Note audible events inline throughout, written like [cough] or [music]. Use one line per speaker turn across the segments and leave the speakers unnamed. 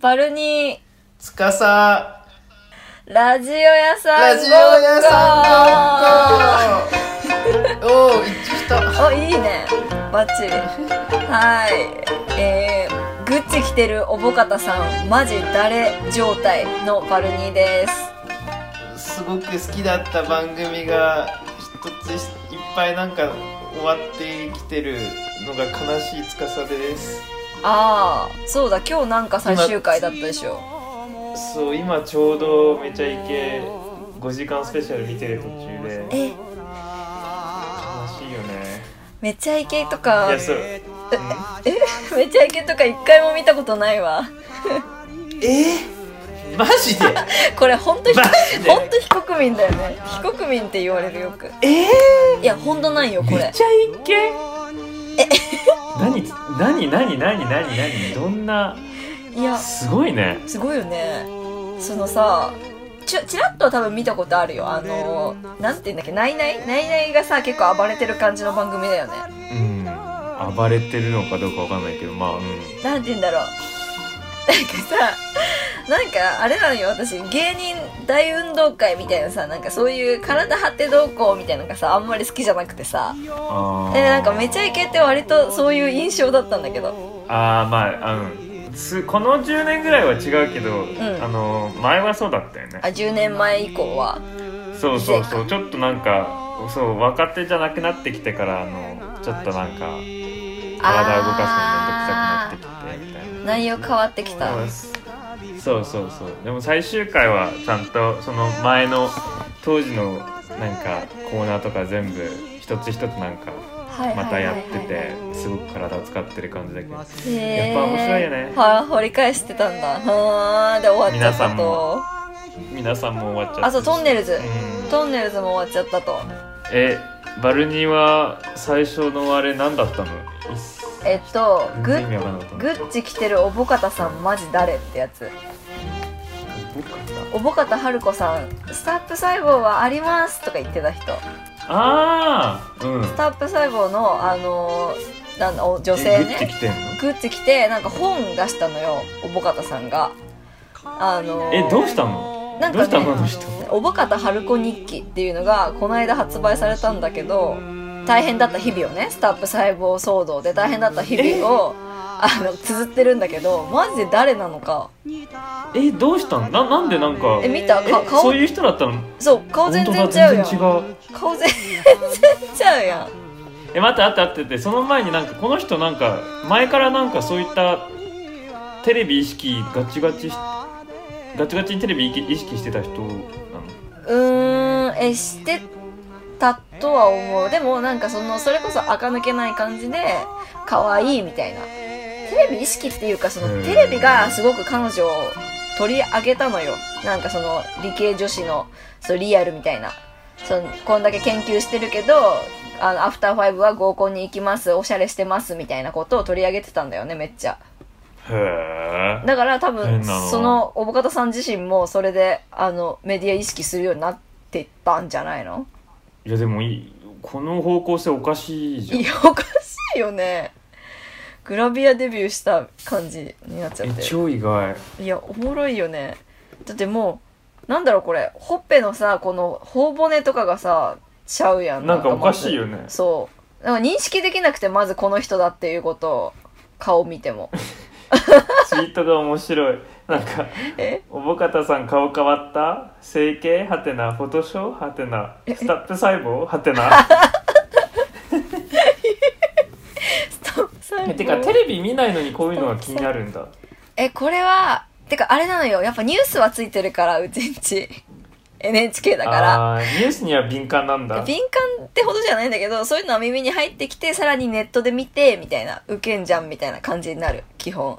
バルニ
つかさ
ー、ラジオ屋さん
ラジオ屋さんごっこおー一致した
んお、いいね。バッチリ。はい。えー、グッチ着てるおぼかたさん、マジ誰状態のバルニーです。
すごく好きだった番組が一ついっぱいなんか終わってきてるのが悲しいつかさです
あー、そうだ、今日なんか最終回だったでしょ。
そう今ちょうどめちゃイケ5時間スペシャル見てる途中で悲し
え、
いよね
めちゃイケとか
い、やそう
え、めちゃイケとか一回も見たことないわ。
えー、マジで
これほんとひ、
マジで
ほんと非国民だよね。非国民って言われるよく。
え
いや、ほんとないよ、こ
ー、
れ。
めっちゃイケ何何何何何何どんない
や
すごいね
すごいよねそのさちょちらっとは多分見たことあるよあのなんて言うんだっけナイナイナイナイがさ結構暴れてる感じの番組だよね
うん暴れてるのかどうかわかんないけどまあうん
なんて言うんだろう [laughs] なんかさなんかあれなのよ私芸人大運動会みたいなさなんかそういう体張ってどうこうみたいなのがさあんまり好きじゃなくてさ
あー
でなんかめちゃイケって割とそういう印象だったんだけど
あーまあうんすこの10年ぐらいは違うけど、
ん
あの前はそうだったよね
あ10年前以降は
そうそうそうちょっとなんかそう若手じゃなくなってきてからあのちょっとなんか体を動かすのめんどくさくなってきてみたいな
内容変わってきた
そうそうそうでも最終回はちゃんとその前の当時のなんかコーナーとか全部一つ一つなんか
はい
ま
は
た
いは
やっ
い
て
はい
てすごく体を使ってる感じだけど
や
やっぱ面白いよね
はい、掘り返してたんだ。はーで終わっちゃった
皆さ
と
んも。皆さんも終わっちゃった
あ、そう、トンネルズ。
うん
トンネルズも終わっちゃったと。
えバルニーは最初のあれ何だったのいっす
えっと、グ
全然意
ッ
味わかんなかった
グッチ着てるおぼかたさんマジ誰ってやつ。
僕か
おぼかたはるこさん、スタップ細胞はありますとか言ってた人。
ああうん
スタップ細胞の、あのーなんだ、お女
え
性
グッて
ね。
きてんの
グッチ着て、なんか本出したのよ、おぼかたさんが。あのー
えどうしたの
なん
どう
か
したの
ね
あ、の人
おばかた春子日記っていうのがこの間発売されたんだけど大変だった日々をねスタップ細胞騒動で大変だった日々をあの綴ってるんだけどマジで誰なのか
えどうしたのななんでなんか
え見た
え
か顔
そういう人だったの
そう顔全然ちゃうやん
本当だ全然違う
顔全然ちゃうやん
え待って待って待ってってその前になんかこの人なんか前からなんかそういったテレビ意識ガチガチしガチガチにテレビ意識意識してた人なの
うーんえしてたとは思うでもなんかそのそれこそ垢抜けない感じで可愛いみたいなテレビ意識っていうかその
うん
テレビがすごく彼女を取り上げたのよなんかその理系女子のそうリアルみたいなそのこんだけ研究してるけどあのアフターファイブは合コンに行きますおしゃれしてますみたいなことを取り上げてたんだよねめっちゃ
へえ
だから多
変
分
なの
そのおぼかたさん自身もそれであのメディア意識するようになってったんじゃないの
いやでもいいこの方向性おかしいじゃん
いやおかしいよねグラビアデビューした感じになっちゃ
え
ってる
超意外
いやおもろいよねだってもうなんだろうこれほっぺのさこの頬骨とかがさちゃうやん
なんかおかしい
ま
よね
ずそうなんか認識できなくてまずこの人だっていうことを顔見て
[laughs]
も
ツイートが面白いなんか
え
「おぼかたさん顔変わった整形はてなフォトショーはてなスタップ細胞はてな」 [laughs]
ストップサイン
てかテレビ見ないのにこういうのが気になるんだ
えこれはてかあれなのよやっぱニュースはついてるからうちんち [laughs] NHK だから
あーニュースには敏感なんだ
敏感ってほどじゃないんだけどそういうのは耳に入ってきてさらにネットで見てみたいなウケんじゃんみたいな感じになる基本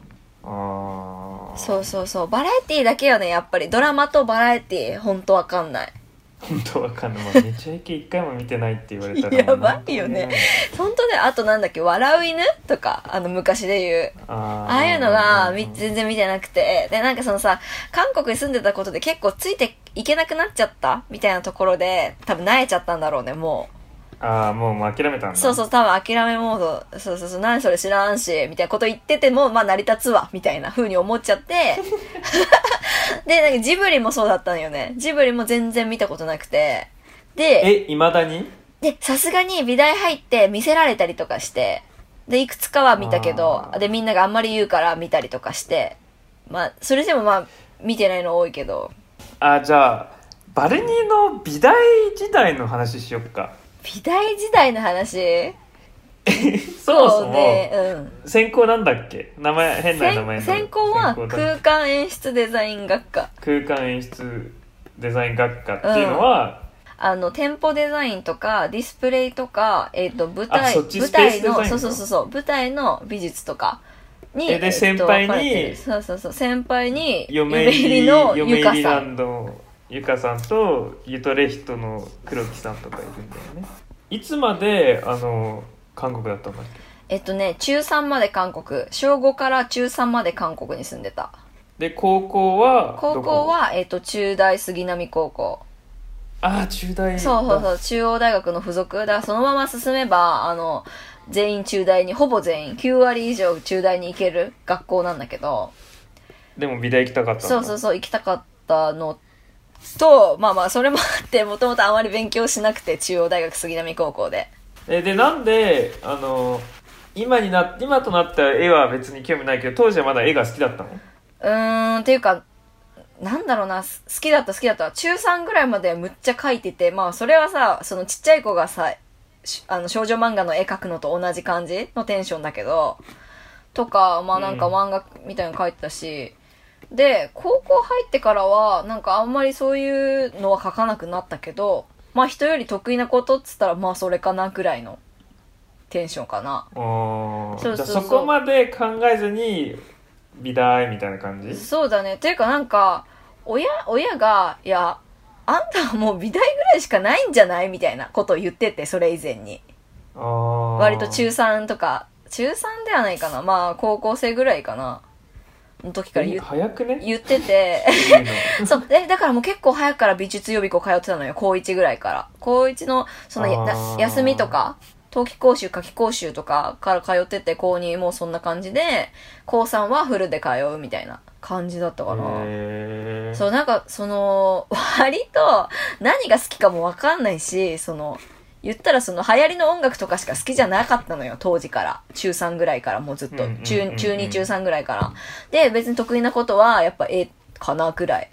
あう
そうそうそうバラエティーだけよねやっぱりドラマとバラエティーほんとわかんない
本当わかんない、まあ、めちゃイケ一回も見てないって言われたら
やばいよね
もう
ほんとねあとなんだっけ「笑う犬」とかあの昔で言う
あー
ああいうのがみ
うん
全然見てなくてでなんかそのさ韓国に住んでたことで結構ついていけなくなっちゃったみたいなところで多分慣れちゃったんだろうねもう
ああもうもう諦めたんだ
そうそうう、多分諦めモード、そうそうそう、何それ知らんし、みたいなこと言ってても、まあ成り立つわ、みたいな風に思っちゃって。 [laughs] で、なんかジブリもそうだったのよね。ジブリも全然見たことなくて。で、
えいまだに
で、さすがに美大入って見せられたりとかして、で、いくつかは見たけど
あ、ー
で、みんながあんまり言うから見たりとかして、まあ、それでもまあ、見てないの多いけど、
あーじゃあバルニーの美大時代の話しよっか
美大時代の話
そもそも、
ね、うん。
専攻なんだっけ名前変な名前
先
の
先行は
専攻だ
空間演出デザイン学科
空間演出デザイン学科っていうのは、
あの店舗デザインとかディスプレイとか、えっと舞
あ
台
そっち
舞台
スペ
の
ースデザイン
そうそうそうそう舞台の美術とかに
えで
っと
先輩
分
に
かれてるそうそうそう先輩に
嫁入り
の
嫁
ゆ
入
か
り
さ
ラ
ん
ンドのゆかさんとゆとレヒトの黒木さんとかいるんだよねいつまであの韓国だったんだっけ
えっとね中3まで韓国小5から中3まで韓国に住んでた
で高校は
高
どこ
校は、えっと中大杉並高校
ああ中大
そうそうそうう、中央大学の附属。だからそのまま進めば、あの、全員中大に、ほぼ全員、9割以上中大に行ける学校なんだけど、
でも美大行きたかったんだ
そうそうそう、行きたかったのと、まあまあ、それもあって、もともとあまり勉強しなくて、中央大学杉並高校で。
えでなんであの今にな今となった絵は別に興味ないけど当時はまだ絵が好きだったの
うーん、っていうか、なんだろうな、す好きだった好きだった。中3ぐらいまではむっちゃ描いてて、まあそれはさ、そのちっちゃい子がさ、しあの少女漫画の絵描くのと同じ感じのテンションだけど、とか、まあなんか
うん
漫画みたいなの描いてたし、で、高校入ってからは、なんかあんまりそういうのは描かなくなったけど、まあ人より得意なことっつったら、まあそれかなぐらいのテンションかな。
あ
そう
ーじ
そ
ゃ
うそ
あ
う
そこまで考えずに美大みたいな感じ
そうだね。というかなんか、親、親が、いや、あんたはもう美大ぐらいしかないんじゃないみたいなことを言ってて、それ以前に。割
割
と中3とか、中3ではないかな。まあ、高校生ぐらいかな。の時から言っ
早くね
言ってて。 [laughs]
言うの
そう、え、だからもう結構早くから美術予備校通ってたのよ、高1ぐらいから。高1の、そのや
あー
休みとか、冬季講習、夏季講習とかから通ってて、高2もうそんな感じで、高3はフルで通うみたいな感じだったかな。
へー
そう、なんか、その、 [laughs] 割と、何が好きかもわかんないし、その、言ったらその、流行りの音楽とかしか好きじゃなかったのよ、当時から。中3ぐらいから、もうずっと
うんうんうんう。ん
中、中2、中3ぐらいから。で、別に得意なことは、やっぱ絵かな、ぐらい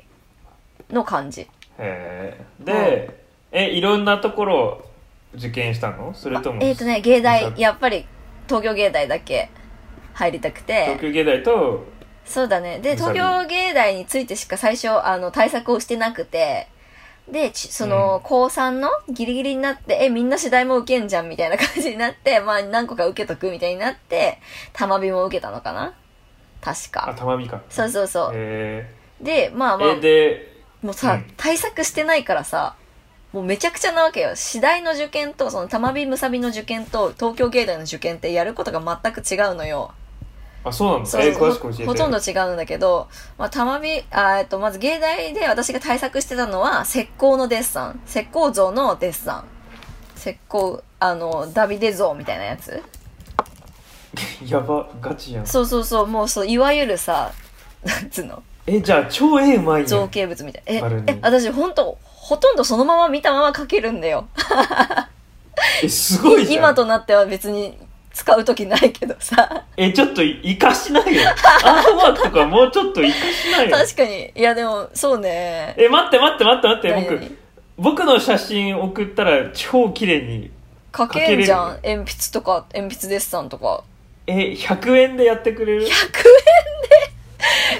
の感じ。
へーで、えいろんなところを受験したのそれとも
えっ、とね、芸
そう
大、やっぱり、東京芸大だけ入りたくて。
東京芸大と
そうだね。で、
うさ
東
ぎ
京芸大についてしか最初、あの、対策をしてなくて、で、ちその、高3のギリギリになって、え、みんな次第も受けんじゃんみたいな感じになって、まあ、何個か受けとくみたいになって、玉美も受けたのかな確
あ
か。
玉美か
そうそうそう。
へ
で、まあ
ー
まあ、
えで
もうさ、
うん
対策してないからさ、もうめちゃくちゃなわけよ。次第の受験と、その玉美むさびの受験と、東京芸大の受験ってやることが全く違うのよ。
あそうなん
そう
だえ詳しく教えて
ほほとんど違うんだけど、まあ、たまび、あえっと、まず芸大で私が対策してたのは、石膏のデッサン。石膏像のデッサン。石膏、あの、ダビデ像みたいなやつ。
[laughs] やばガチやん
そうそうそう、もうそう、いわゆるさ、 [laughs] なんつうの、
えじゃあ超絵うまいや
造
ん
形物みたいな。
丸
ええ、
に、
私ほんと、ほとんどそのまま見たまま描けるんだよ。
えすごいじゃん
今となっては別に使う時ないけどさ。
えちょっとい生かしな
[laughs]
いよアートワークとかもうちょっと生かしないよ
確かに。いやでも、そうね。
え待って待って待って待って
何
僕僕の写真送ったら超綺麗に
書けんじゃん。鉛
書
筆とか、鉛筆デッサンとか。
え100円でやってくれる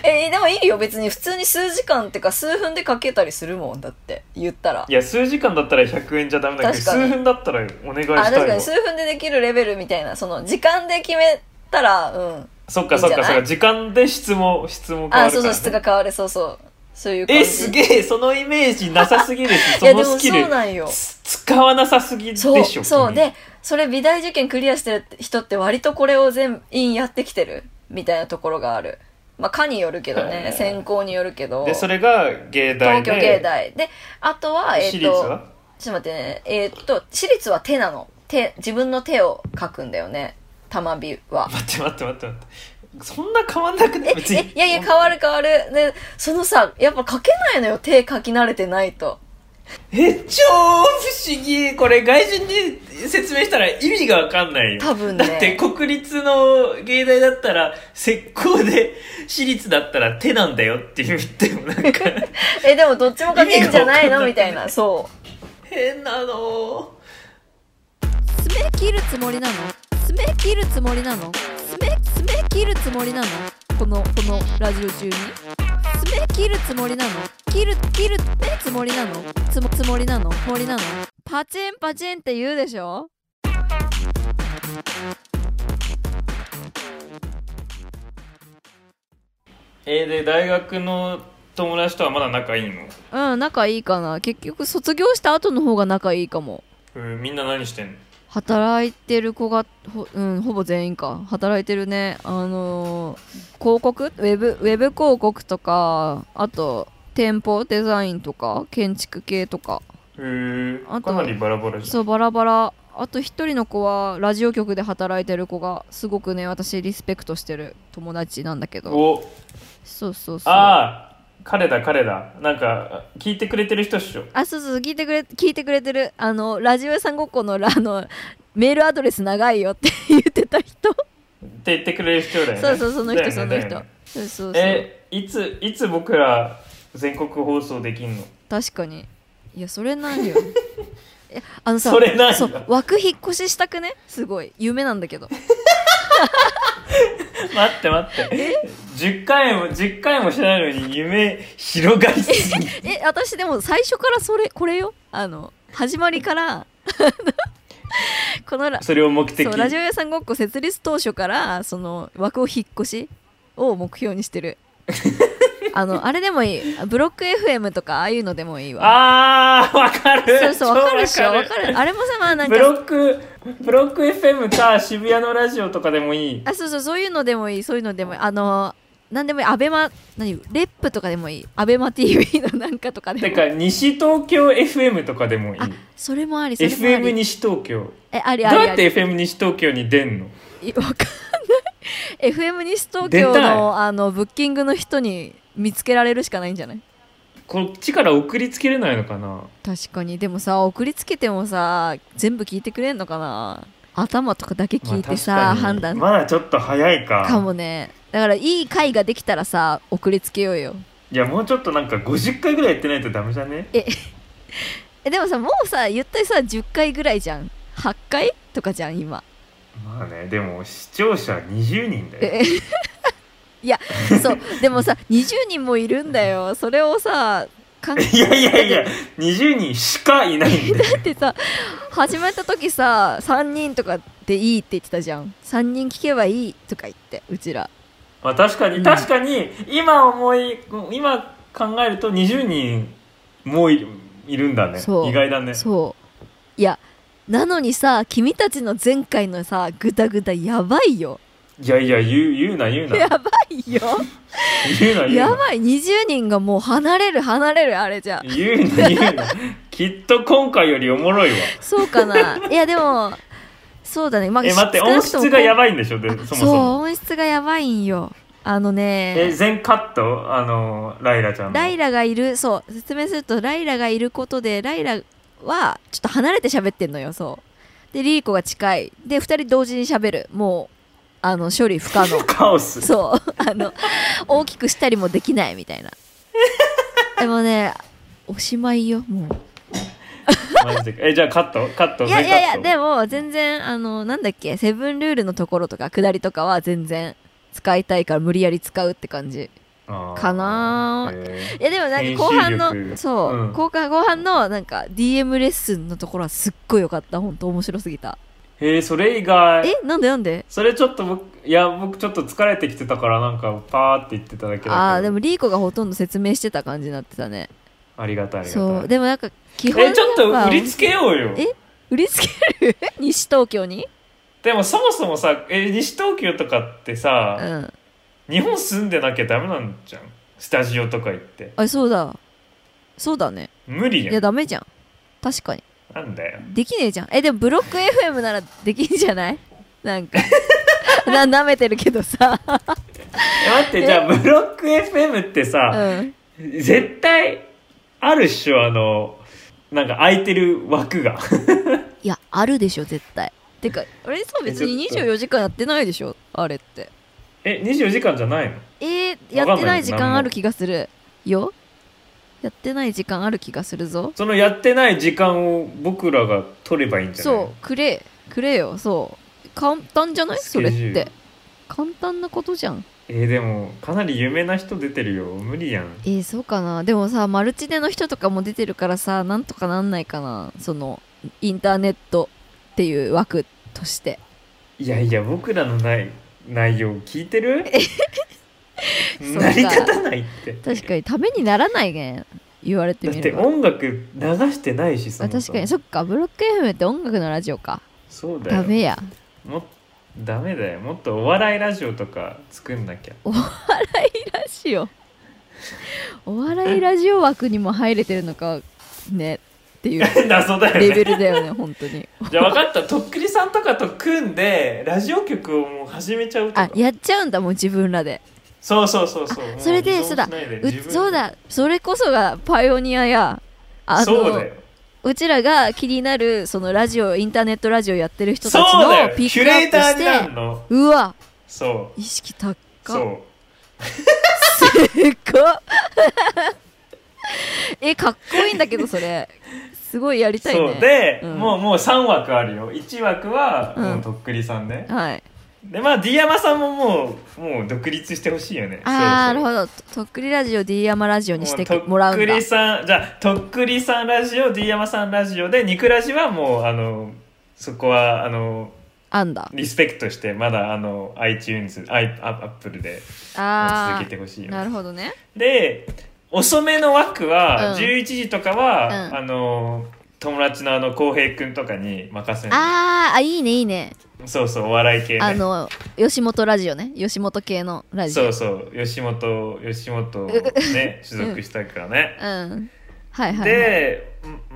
えーでも [laughs] いいよ別に普通に数時間ってか数分でかけたりするもんだって言ったら
いや数時間だったら100円じゃダメだけ
確
ど
かに
数分だったらお願いし
あ確
たい
か
よ
に数分でできるレベルみたいなその時間で決めたらうん
そっかそっ
いいん
か
じゃ
そっ
ない
か時間で質も質も変わ
あ
るか
そう
ら、ね、
そう質が変わるそうそうそういう感じ
えすげえそのイメージなさすぎるし
い
そ
やで
の
も
スキル
そうなんよ
つ使わなさすぎでしょ
そうそう
君
でそれ美大受験クリアしてる人って割とこれを全員やってきてるみたいなところがあるまあ科によるけど
へ
ね
ー
選考によるけど
でそれが芸大
東
で
京芸大であとはえっ、
私立
と
は
ちょっと待ってね。えーっと、私立は手なの。手、自分の手を書くんだよね。たまびは。
待って待って待って待ってそんな変わんなくない別
え、
に
いやいや、変わる変わる。で、そのさ、やっぱ書けないのよ。手書き慣れてないと。
え超不思議これ外人に説明したら意味が分かんないよ
多分ね
だって国立の芸大だったら石膏で私立だったら手なんだよって言ってもな
[laughs]
んか
え、でもどっちも書けんじゃないの
意
みた
味がわかんない
いな。そ
変なの
う。爪切るつもりなの爪切るつもりなの爪、爪切るつもりなのこの、このラジオ中に。爪切るつもりなの切る、切る、つもりなのつも、つもりなのつもりなのパチンパチンって言うでしょ
えーで大学の友達とはまだ仲いいの、
うん仲いいかな結局卒業した後の方が仲いいかも
えーみんな何してんの
働いてる子がほ,、うん、ほぼ全員か働いてるねあのー広告ウェブウェブ広告とかあと店舗デザインとか建築系とか
えー
あと
かなりバラバラじゃん
そうバラバラあと一人の子はラジオ局で働いてる子がすごくね私リスペクトしてる友達なんだけど
お
そうそうそう
ああ彼だ彼だなんか聞いてくれてる人っしょ
あ、そうそう、聞いてくれ、聞いてくれてる。あの、ラジオ屋さんごっこの、 [laughs] らあの、メールアドレス長いよって言ってた人。
って言ってくれる人だよね
そうそう、その
だよ
人、そ
ねだ
の
よね
人。そうそうそう。
えいついつ僕ら全国放送できんの [laughs]
確かに。いや、それなんよ。えあのさ、
それなんよ
そう枠引っ越ししたくねすごい。夢なんだけど。
待って待って10回も10回もしないのに夢広がりすぎ
え、私でも最初からそれ、これよ。あの、始まりから、あ [laughs] のこのラ、
それを目的
そう、ラジオ屋さんごっこ設立当初から、その、枠を引っ越しを目標に
[laughs]
してる。あの、あれでもいい。ブロック FM とか、ああいうのでもいいわ。
あーわかる
そうそう、
超
わかるでしょ。わかる。あれもさ、まあなん
ブ
か、
ロックブロック FM か渋谷のラジオとかでもいい
あ、そうそう、そういうのでもいい。そういうのでもいい。あの、なんでもいい。アベマ、何レップとかでもいい。アベマ TV のなんかとかでも
てか西東京 FM とかでもいい
あ、それもあり、それもあ
FM
り。
西東京
え、あり
どう
あり
や
あ
っ
り。
て FM 西東京に出んの
いわかんない。FM 西東
出
京
たい
の、あの、ブッキングの人に見つけられるしかないんじゃない
こっちから送りつけれないのかな
確かにでもさ送りつけてもさ全部聞いてくれんのかな頭とかだけ聞いてさ、
まあ確かに
判断
まだちょっと早いか
かもねだからいい回ができたらさ送りつけようよ
いやもうちょっとなんか50回ぐらいやってないとダメじゃね
えでもさもうさ言ったらさ10回ぐらいじゃん8回とかじゃん今
まあねでも視聴者20人だよ
え [laughs] いやそうでもさ20人もいるんだよそれをさ考え
いやいやいや20人しかいないんだよ
[laughs] だってさ始めた時さ3人とかでいいって言ってたじゃん3人聞けばいいとか言ってうちら
まあ確かに確かに今思い今考えると20人もういいるんだね
そう
意外だね
そういやなのにさ君たちの前回のさグダグダやばいよ
いやいや言う言うな言うな
やばいよ
言うな言うな
やばい20人がもう離れる離れるあれじゃ
言うな言うなきっと今回よりおもろいわ
そうか
[laughs]
ないやでもそうだねまあ
え待って
少な
音
くとも
質がやばいんでしょでそもそ
そう
も
音質がやばいんよあの
え
ね
全カットあのライラちゃんの
ライラがいるそう説明するとライラがいることでライラはちょっと離れて喋ってんのよそうでリリコが近いで2人同時に喋るもうあの処理不可能
カオス
そう。あの、大きくしたりもできないみたいな。でもね、おしまいよ、も
マジでかえじゃあカットカット
う。いやいやいや、で
も
も全然、あの、なんだっけ、セブンルールのところとか、下りとかは全然使いたいから無理やり使うって感じ。かな
え
いやでもなんか後
編
半
集力
の、そう、
うん
後半後半のなんか DM レッスンのところはすっごい良かった。ほんと面白すぎた。
ーそれ以外
え、なんでなんで
それちょっと僕いや僕ちょっと疲れてきてたからなんかパーって言ってただけだけど
ああ、でもリーコがほとんど説明してた感じになってたね。
ありがたいありがたい
そう。でもなんか基本
えちょっ
や
と
ぱ
売りつけようよ
え [laughs] 売りつける [laughs] 西東京に
でもそもそもさえ西東京とかって
う
さ、
ん
日本住んでなきゃダメなんじゃんスタジオとか行って
あそうだそうだね
無理
い
やん
やダメじゃん確かに
なんだよ
できねえじゃんえでもブロック FM ならできんじゃない [laughs] なんかな舐めてるけどさ、
え待ってじゃあブロック FM って
う
さ、
ん、
絶対あるっしょあのなんか空いてる枠が
いやあるでしょ絶対てかあれさ別に
えちょっと
24時間やってないでしょあれって
え24時間じゃないの
えー、
わ
や
かんない
ってない時
なん
間
も
ある気がするよやってない時間ある気がするぞ
そのやってない時間を僕らが取ればいいんじゃない
そうくれくれよそう簡単じゃない
スケ
そ
ジュ
れっ
ール
て簡単なことじゃん
えーでもかなり有名な人出てるよ無理やん
えー、そうかなでもさマルチでの人とかも出てるからさなんとかなんないかなそのインターネットっていう枠として
いやいや僕らのない内容聞いてる
そうか
[laughs] 成り立たないって
確かにためにならないね言われて
だっ
み
て
れば
音楽流してないしそ
あ
も
確
そ
か
も
にそっかブロック FM って音楽のラジオか
そうだよ
ダメや
もダメだよもっとお笑いラジオとか作んなきゃ [laughs]
ラジオ [laughs] お笑いラジオ枠にも入れてるのかねっていう
謎だ
レ
よ
ベ
ね
ルだよ
[laughs]
ね本当に
じゃあ分かったとっくりさんとかと組んでラジオ局をもう始めちゃうと
あ
か
やっちゃうんだもう自分らで
そうそうそうそうも
それで
依存
そうだ
しないう自分で
そうだそれこそがパイオニアやあ
そうだ
の
よ
うちらが気になるそのラジオインターネットラジオやってる人
そ
たち
うだよ
の
キ
ピ
ュ
ックア
レ
ッ
ータ
プし
ーになる
て
の
うわ
そう
意識高っ
そう
でかっ [laughs] えかっこいいんだけどそれすごいやりたいね
そうで、
うん
もうもう3枠あるよ1枠は
うん
もうとっくりさんね、
はい
でまあ D 山さんももうもう独立してほしいよね
ああなる
そうそう
ほどととっくりラジオ D 山ラジオにして
もう
もらうん
とっ
だ
くりさんじゃあとっくりさんラジオ D 山さんラジオで肉ラジはもうあのそこはあの
あんだ
リスペクトしてまだあの iTunes アイアップルで
あ
続け
あ
てほしいよね
なるほどね
で遅めの枠は、
うん
11時とかは、
うん
あの友達のあの浩平君とかに任せる
あーあいいねいいね
そうそうお笑い系ね
あの吉本ラジオね吉本系のラジオ
そうそう吉本吉本
[laughs]
ね所属したからね、
うんはいはい、はい、
で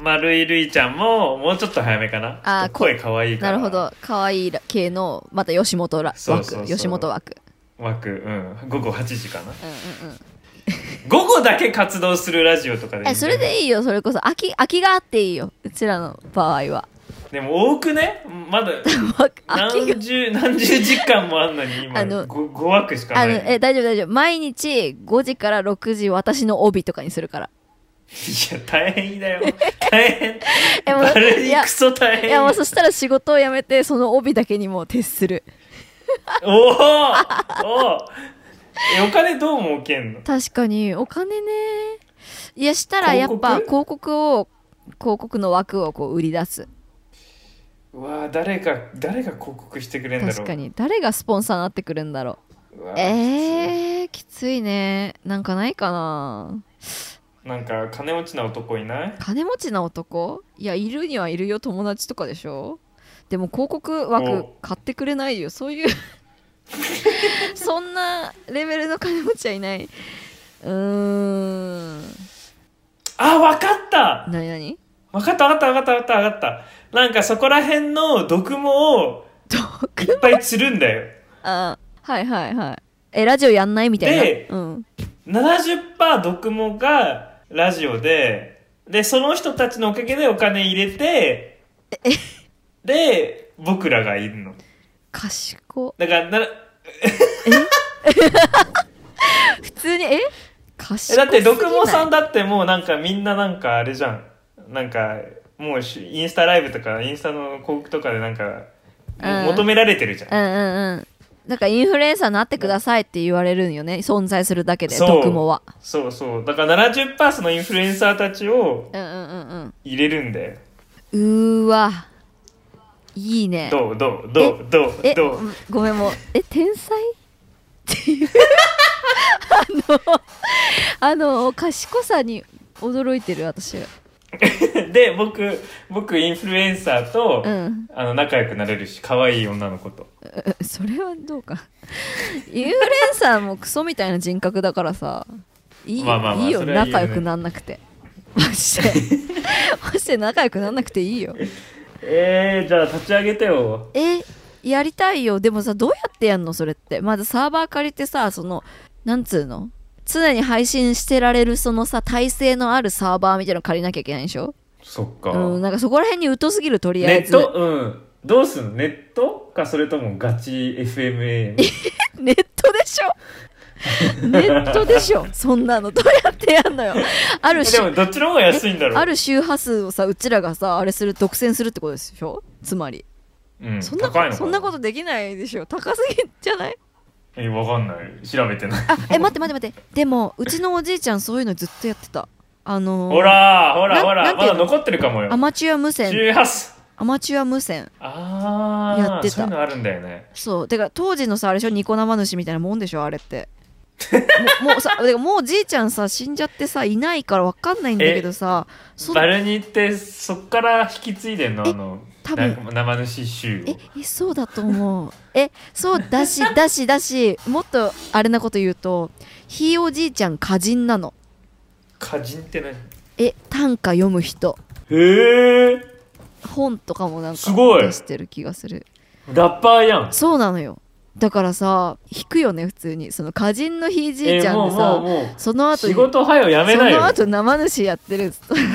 丸いるいちゃんももうちょっと早めかな
あー
ちょっと声可愛いか
な
ら
るほど可愛いら系のまた吉本ら枠
そうそうそう
吉本枠
枠うん午後8時かな
うんうんうん
午後だけ活動するラジオとかでいいんじゃ
え
な
それ
い
でいいよそれこそ空き空きがあっていいようちらの場合は
でも多くね
[laughs]
まだ
空きが
何十何十時間もあんのに今
あの
5, 枠しかな
あ
い
のえ大丈夫大丈夫毎日5時から6時私の帯とかにする [laughs] から
いや大変だよ大変
えもう
あれ
い
に
や
クソ大変
いやもうそしたら仕事を辞めてその帯だけにもう徹する
おおおえお金どう儲けんの
確かにお金ねいやしたらやっぱ
広
広告を広告の枠をこう売り出す
うわあ誰が誰が広告してくれんだろう
確かに誰がスポンサーになってくるんだろ
うわ
う
あ
えー、きついねなんかないかな
なんか金持ちな男いない
金持ちな男いやいるにはいるよ友達とかでしょでも広告枠
お
買ってくれないよそう
[laughs]
いうそんなレベルの金持ちはいないうーん
あわかった
何何
わかったわかったわかったわかったわかったなんかそこら辺の毒もを
ど
いっぱい釣るんだよ
あはいはいはいえラジオやんないみたい
で
なうん
70%毒もがラジオで、で、その人たちのおかげでお金入れて、で、僕らがいるの。
賢
だから、な
普通にえ賢
えだって毒も
ん
さんだってもうなんかみんななんかあれじゃん。なんか、もうしインスタライブとか、インスタの広告とかでなんか、
うん
求められてるじゃん。
うんうんうんだからインフルエンサーになってくださいって言われるんよね存在するだけで
そう
毒もは
そうそう。だから70%そのインフルエンサーたちを
うんうんうんうん
入れるんだよ。
うーわいいね
どうどうどうど
え
うどう [laughs]
ごめんもうえ天才っていうあのあの賢さに驚いてる私は
で僕僕インフルエンサーと、
うん
あの仲良くなれるし可愛い女の子と
う [laughs] それはどうかインフルエンサーもクソみたいな人格だからさいい,、
まあまあまあ
いいよ
それはいいよね
仲良くなんなくてマジ
[laughs]
でマジで仲良くなんなくていいよ
えー、じゃあ立ち上げてよ
えやりたいよでもさどうやってやんのそれってまだサーバー借りてさそのなんつうの常に配信してられるそのさ体制のあるサーバーみたいなの借りなきゃいけないでしょ
そっか、
うんなんかそこら辺に疎すぎるとりあ
ネ
え
ッ
ず
トうんどうすんのネットかそれともガチ FMA
ネットでしょネットでしょそんなのどうやってやんのよある
で
種
もどっちの方が安いんだろう
ある周波数をさうちらがさあれする独占するってことでしょつまり
うん、
そんな
高いのか
そんなことできないでしょ高すぎんじゃない
えわかんない調べてない
[laughs] あえ待って待って待ってでもうちのおじいちゃんそういうのずっとやってたあのー
ほらほら
な
ほ
な
ら
んて
ま
いうの
だ残ってるかもよ
アマチュア無線
18歳
アマチュア無線
ああ
やってた
そういうのあるんだよね
そうてか当時のさあれでしょニコ生主みたいなもんでしょあれって [laughs] もうもうさてかもうじいちゃんさ死んじゃってさいないからわかんないんだけどさそ
バルニってそっから引き継いでんのあの
多分
な生主集
ええそうだと思うえそうだしだしだしもっとあれなこと言うとひいおじいちゃん歌人なの
歌人ってね
え短歌読む人
へえ
本とかもなん
すご
か
い
出してる気がする
ラッパーやん
そうなのよだからさ弾くよね普通にその歌人のひいじいちゃんで
えーもう
さ、
もうも
その
う
後
仕
に
事はよやめ
そ
ないよ
の後生主やってる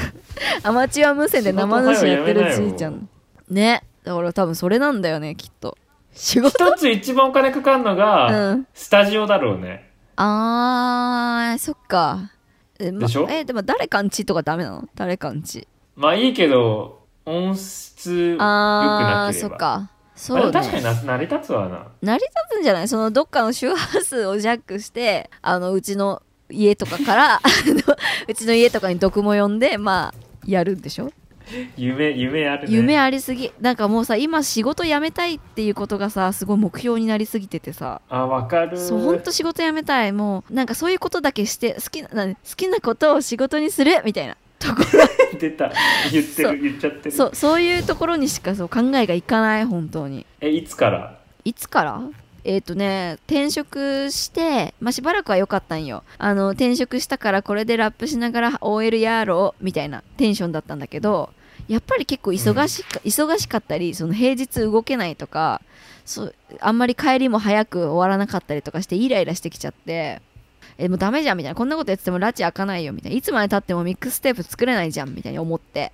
[laughs] アマチュア無線で生主やってるじいちゃ
仕事はやめなん
ねだから多分それなんだよねきっと仕事
一つ一番お金かかるのが、
うん
スタジオだろうね
あーそっかえ,、ま
でしょ
えでも誰かんちとかダメなの誰かんち
まあいいけど音質良く
あー
なけれ
そっ
ば
か
あ
そう
でも確か
ね
にな成り立つわな
成り立つんじゃないそのどっかの周波数をジャックしてあのうちの家とかから [laughs] あのうちの家とかに毒も呼んでまあやるんでしょ
夢夢あるね
夢
あ
ありすぎなんかもうさ今仕事辞めたいっていうことがさすごい目標になりすぎててさ
わかる
そうほんと仕事辞めたいもうなんかそういうことだけして好きなな好きなことを仕事にするみたいなところ
[laughs] 出た言って
そう
る言っちゃってる
そうそういうところにしかそう考えがいかない本当に
えいつから
いつからえっ、とね転職して、まあ、しばらくは良かったんよあの転職したからこれでラップしながら OL やろうみたいなテンションだったんだけどやっぱり結構忙しか、忙しかったりその平日動けないとかそうあんまり帰りも早く終わらなかったりとかしてイライラしてきちゃって。えもうダメじゃんみたいなこんなことやってても拉致開かないよみたいないつまでたってもミックステープ作れないじゃんみたいに思って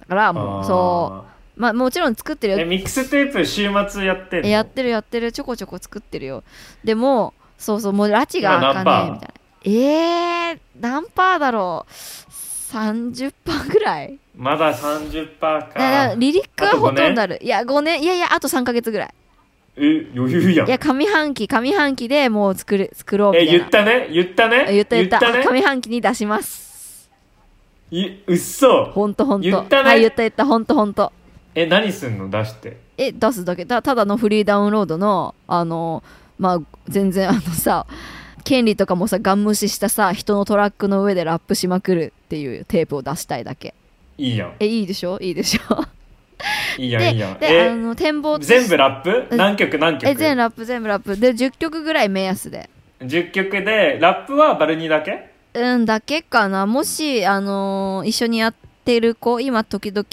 だからもうそううまあもちろん作ってるよ
えミックステープ週末やってんの
えやってるやってるちょこちょこ作ってるよでもそうそうもう拉致が開かねえみたいなえー、何パーだろう30パーぐらい
まだ30%か
だから
え
リリックは
あと
ほ
五年
とんどあるいや5年いやいやあと3ヶ月ぐらい
余裕やん
いや上半期上半期でもう作る作ろうみた
え
いな
言ったね言ったね
言った言った
ね
上半期に出します
いうっそ
ほんとほんと
言ったね
はい言った言ったほんとほんと
え何すんの出して
え出すだけだただのフリーダウンロードのあのまあ全然あのさ権利とかもさガン無視したさ人のトラックの上でラップしまくるっていうテープを出したいだけ
いいやん
えいいでしょいいでしょ
いいやん
で
いいやん
であ
え
の展望
全部ラップ
え
何曲何曲
え全ラップ全部ラップで10曲ぐらい目安で
10曲でラップはバルニーだけ
うんだけかなもしあのー一緒にやってる子今時々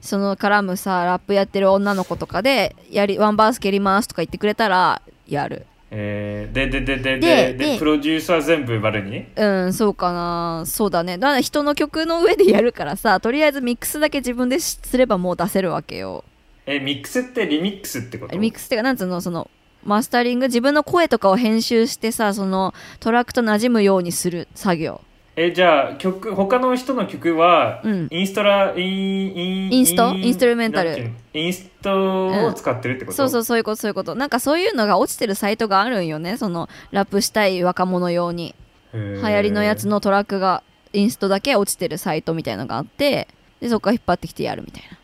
その絡むさラップやってる女の子とかでやりワンバース蹴りますとか言ってくれたらやる
えーでででで
で
で
で
でプロデュースは全部バルニー
うん、そうかな。そうだね。だから人の曲の上でやるからさ、とりあえずミックスだけ自分でしすればもう出せるわけよ。
えミックスってリミックスってこと
ミックスっていうか、なんつうの、その、マスタリング、自分の声とかを編集してさ、その、トラックと馴染むようにする作業。
えじゃあ曲他の人の曲は、
うん
インストラインイン
インスト
イ
インストゥルメンタル
なんていうのインストを使ってるってこと、
そうそう、そういうこと、そういうこと。なんかそういうのが落ちてるサイトがあるんよね。その、ラップしたい若者用に。
へ
流
ー
行りのやつのトラックが、インストだけ落ちてるサイトみたいのがあって、で、そこから引っ張ってきてやるみたいな。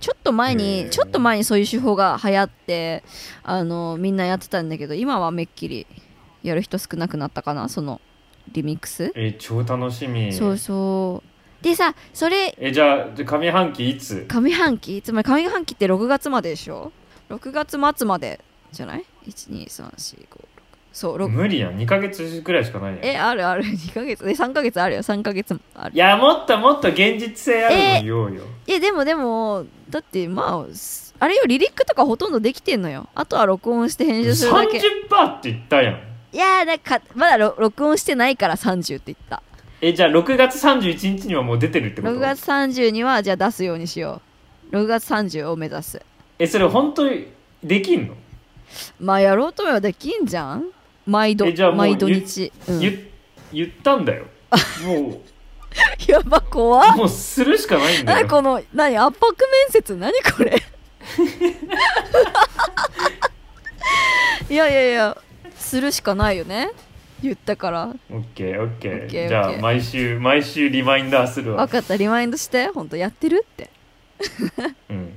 ちょっと前
へ
に、
ー
ちょっと前にそういう手法が流行って、あの、みんなやってたんだけど、今はめっきりやる人少なくなったかな、その、リミックス。
え超楽しみ
そうそう。でさ、それ、
えじゃあじゃあ上半期いつ
上半期つまり上半期って6月まででしょ ?6 月末までじゃない ?1、2、3、4、5、6、そうろく
無理やん2ヶ月くらいしかないやん
えあるある2ヶ月で3ヶ月あるよ3ヶ月もある
いやもっともっと現実性あるの言おうよ、
いやでもでもだってまあすあれよリリックとかほとんどできてんのよあとは録音して編集するだけ
30%って言ったやん
いやーなんかまだろ録音してないから30って言った
えじゃあ6月31日にはもう出てるってこと
6月30にはじゃあ出すようにしよう6月30を目指す
えそれ本当にできんの、
まあやろうと思えばできんじゃん毎度
えじゃあもう
毎度日、うん、
言言ったんだよも
やば怖っ [laughs]
うもうするしかないんだ
何
よ
この何圧迫面接何こ
[laughs]
れいやいやいやするしかないよね言ったから
オッケーオッケ
オッ
ー
ケー
じゃ
オッ
あ
ケー
毎週毎週リマインダーするわ
分かったリマインドして本当やってるって
うん、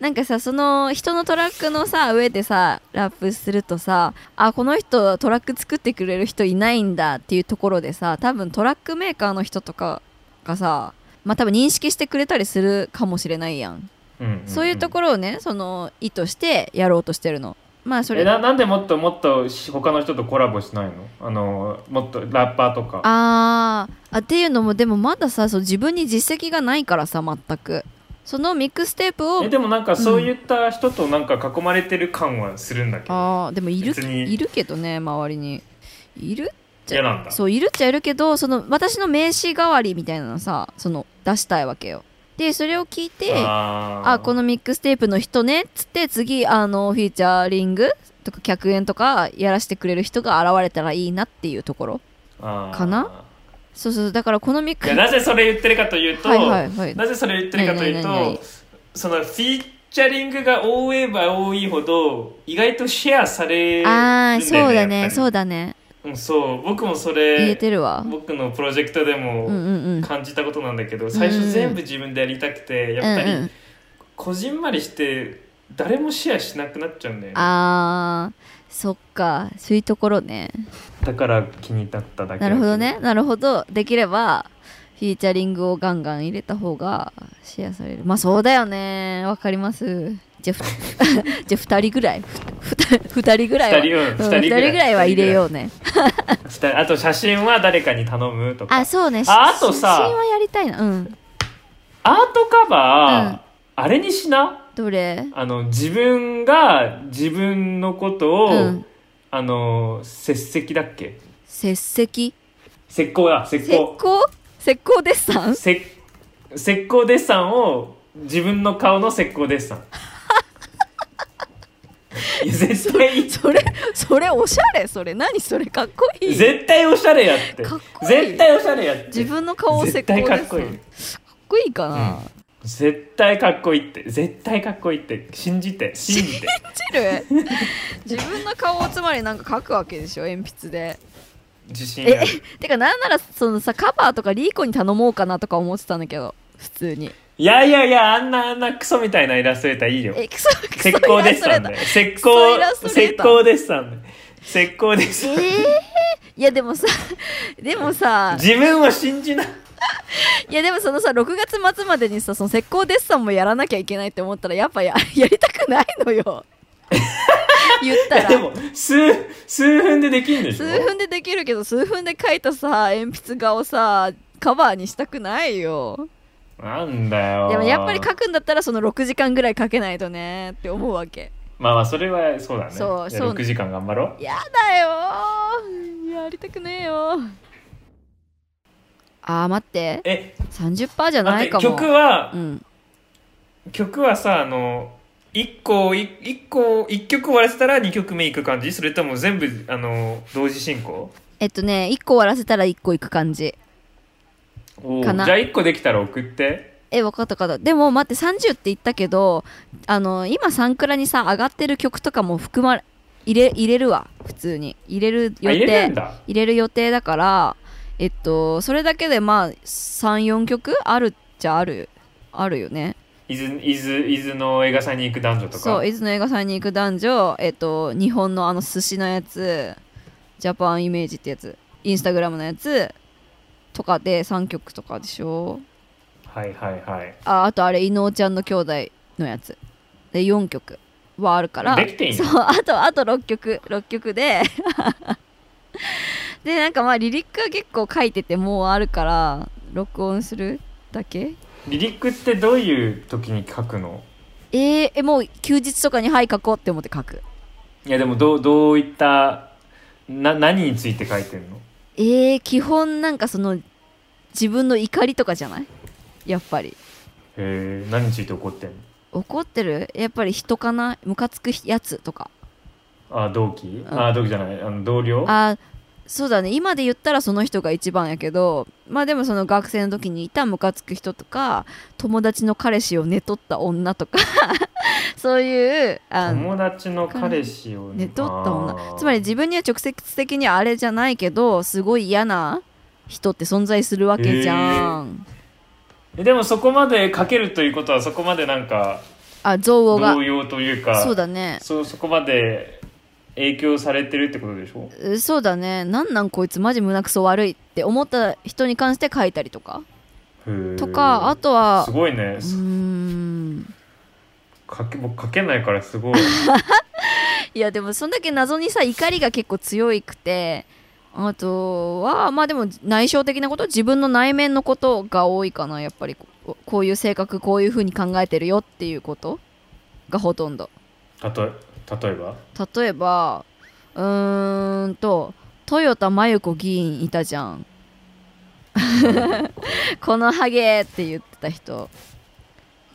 なんかさその人のトラックのさ上でさラップするとさあこの人トラック作ってくれる人いないんだっていうところでさ多分トラックメーカーの人とかがさまあ多分認識してくれたりするかもしれないやん
うん
そういうところをねその意図してやろうとしてるのまあそ
え
れ
ななんでもっともっとし他の人とコラボしないのあのもっとラッパーとか
あーあっていうのもでもまださそう自分に実績がないからさ全くそのミックステープを
えでもなんかそういった人となんか囲まれてる感はするんだけど、
あーでもいる
別に
いるけどね周りにいる
嫌なんだ
そういるっちゃいるけどその私の名刺代わりみたいなのさその出したいわけよでそれを聞いてあ
あ
この
の
ミックステープの人ねっつって次あのフィーチャリングとか客演とかやらせてくれる人が現れたらいいなっていうところかなそうそうだからこのミック
いやなぜそれ言ってるかというと、
はいはいはい
なぜそれ言ってるかというと、
何々何々
そのフィーチャリングが多えば多いほど意外とシェアされるんだよ
ああそうだねそううだね
うんそう僕もそ
言え
れ
てるわ
僕のプロジェクトでも、
うんうんうん
感じたことなんだけど最初全部自分でやりたくて、やっぱ
うんうん
りこじんまりして誰もシェアしなくなっちゃうんだよね
あーそっかそういうところね
だから気に立っただけ
なるほどねなるほどできればフィーチャリングをガンガン入れた方がシェアされるまあそうだよねわかりますじゃあふ
[laughs]
じゃあ2人ぐらい2人ぐらいは
二人うん
うん
二人ぐらい
二人ぐらいは入れようね
したあと写真は誰かに頼むとか
あそうね
ああとさ
写真はやりたいなうん
アートカバー、
うん
あれにしな
どれ
あの自分が自分のことを、
うん
あの節石だっけ
節石
石膏だ石
石
膏
膏石膏デッサン
石石膏デッサンを自分の顔の石膏デッ
[laughs]
サンいや絶対いい
それそれおしゃれそれ何それかっこいい
絶対おしゃれやって
かっこいい
絶対おしゃれやって
自分の顔を石
絶
膏デ
対
ッ
か
サン
っこいい、
かっこいいかな、
絶対かっこいいって絶対かっこいいって信じて信じて
落ちる [laughs] 自分の顔をつまりなんか描くわけでしょ鉛筆で
自信
え [laughs]
ある
てかなんならそのさカバーとかリーコに頼もうかなとか思ってたんだけど普通に
いやいやいやあんなあんなクソみたいなイラストレーターいいよ
えクソクソ
石膏デッサン
イ
で
ラス
石
ソイ
膏
ラスト
石
レーター
膏デッサンで石膏デッ
ト
サ
レー
ン
ター [laughs] えー、いやでもさ [laughs] でもさ
自分を信じない
いやでもそのさ6月末までにさその石膏デッサンもやらなきゃいけないって思ったらやっぱや [laughs] やりたくないの
[laughs]
よ言ったら
でも数数分でできるんでしょ
数分でできるけど数分で描いたさ鉛筆画をさカバーにしたくないよ
なんだよ
でもやっぱり書くんだったらその6時間ぐらい書けないとねって思うわけ
まあまあそれはそうだね
そう
じゃあ
そう
6時間頑張ろう
やだよーやりたくねえよーあー待って
え
30%じゃな
待っ
い
て
かも
曲は
うん
曲はさあの1個い一個一曲終わらせたら2曲目いく感じそれとも全部あの同時進行
えっとね1個終わらせたら1個いく感じ
おー
かな
じゃあ1個できたら送って
え分かった分かったでも待って30って言ったけどあの今サンクラにさ上がってる曲とかも含まれ入れ入れるわ普通に入れる予
あ入れる
定
んだ
入れる予定だからえっとそれだけでまあ34曲あるっちゃあるあるよね
伊豆伊豆伊豆の映画祭に行く男女とか
そう伊豆の映画祭に行く男女えっと日本のあの寿司のやつジャパンイメージってやつインスタグラムのやつとかで3曲とかでしょ
はいはいはい
ああとあれ伊能ちゃんの兄弟のやつで4曲はあるから
できてん
そ
や
う [laughs] あとあと6曲6曲で [laughs] でなんかまあリリックは結構書いててもうあるから録音するだけ
リリックってどういう時に書くの
えー、えもう休日とかに「はい書こう」って思って書く
いやでもどうどういったな何について書いてんの
えー、基本なんかその自分の怒りとかじゃないやっぱり
えー、何について怒ってんの
怒ってるやっぱり人かなムカつくやつとか
あ同期
ん
あ同期じゃないあの同僚
あそうだね今で言ったらその人が一番やけどまあでもその学生の時にいたムカつく人とか友達の彼氏を寝取った女とか [laughs] そういうあの
友達の彼氏を
寝取った
あ
女
ー
つまり自分には直接的にあれじゃないけどすごい嫌な人って存在するわけじゃん、
えでもそこまで書けるということはそこまでなんか
あ憎悪が
動揺というか
そうだね
そうそこまで影響されてるってことでしょ
うそうだねなんなんこいつマジ胸くそ悪いって思った人に関して書いたりとか
へー
とかあとは
すごいね
うーん
書け僕書けないからす
[laughs]
ごい
いやでもそんだけ謎にさ怒りが結構強いくてあとはまあでも内省的なこと自分の内面のことが多いかなやっぱりここういう性格こういうふうに考えてるよっていうことがほとんど
たと例えば
例えばうーんと豊田真由子議員いたじゃん [laughs] このハゲって言ってた人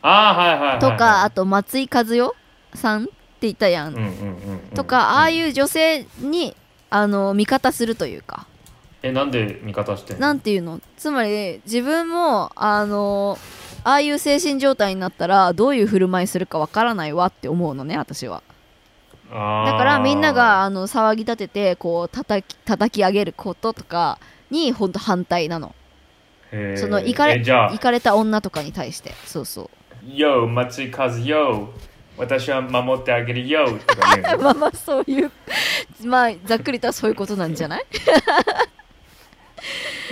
ああはいはいはい、はい、
とかあと松井和代さんっていたやん
うんうんうんうん
とかああ
うん
いう女性にあの味方するというか
えなんで味方してんの
なんていうのつまり自分もあのああいう精神状態になったらどういう振る舞いするかわからないわって思うのね私はだ
だ
からみんながあの騒ぎ立ててこう叩き叩き上げることとかに本当反対なのそのいかれ
じゃ
い
あ
かれた女とかに対してそうそう [laughs]
「YO 松井和 YO 私は守ってあげる YO」とか言う
[laughs]
の
まあまあそういうまあざっくりとはそういうことなんじゃない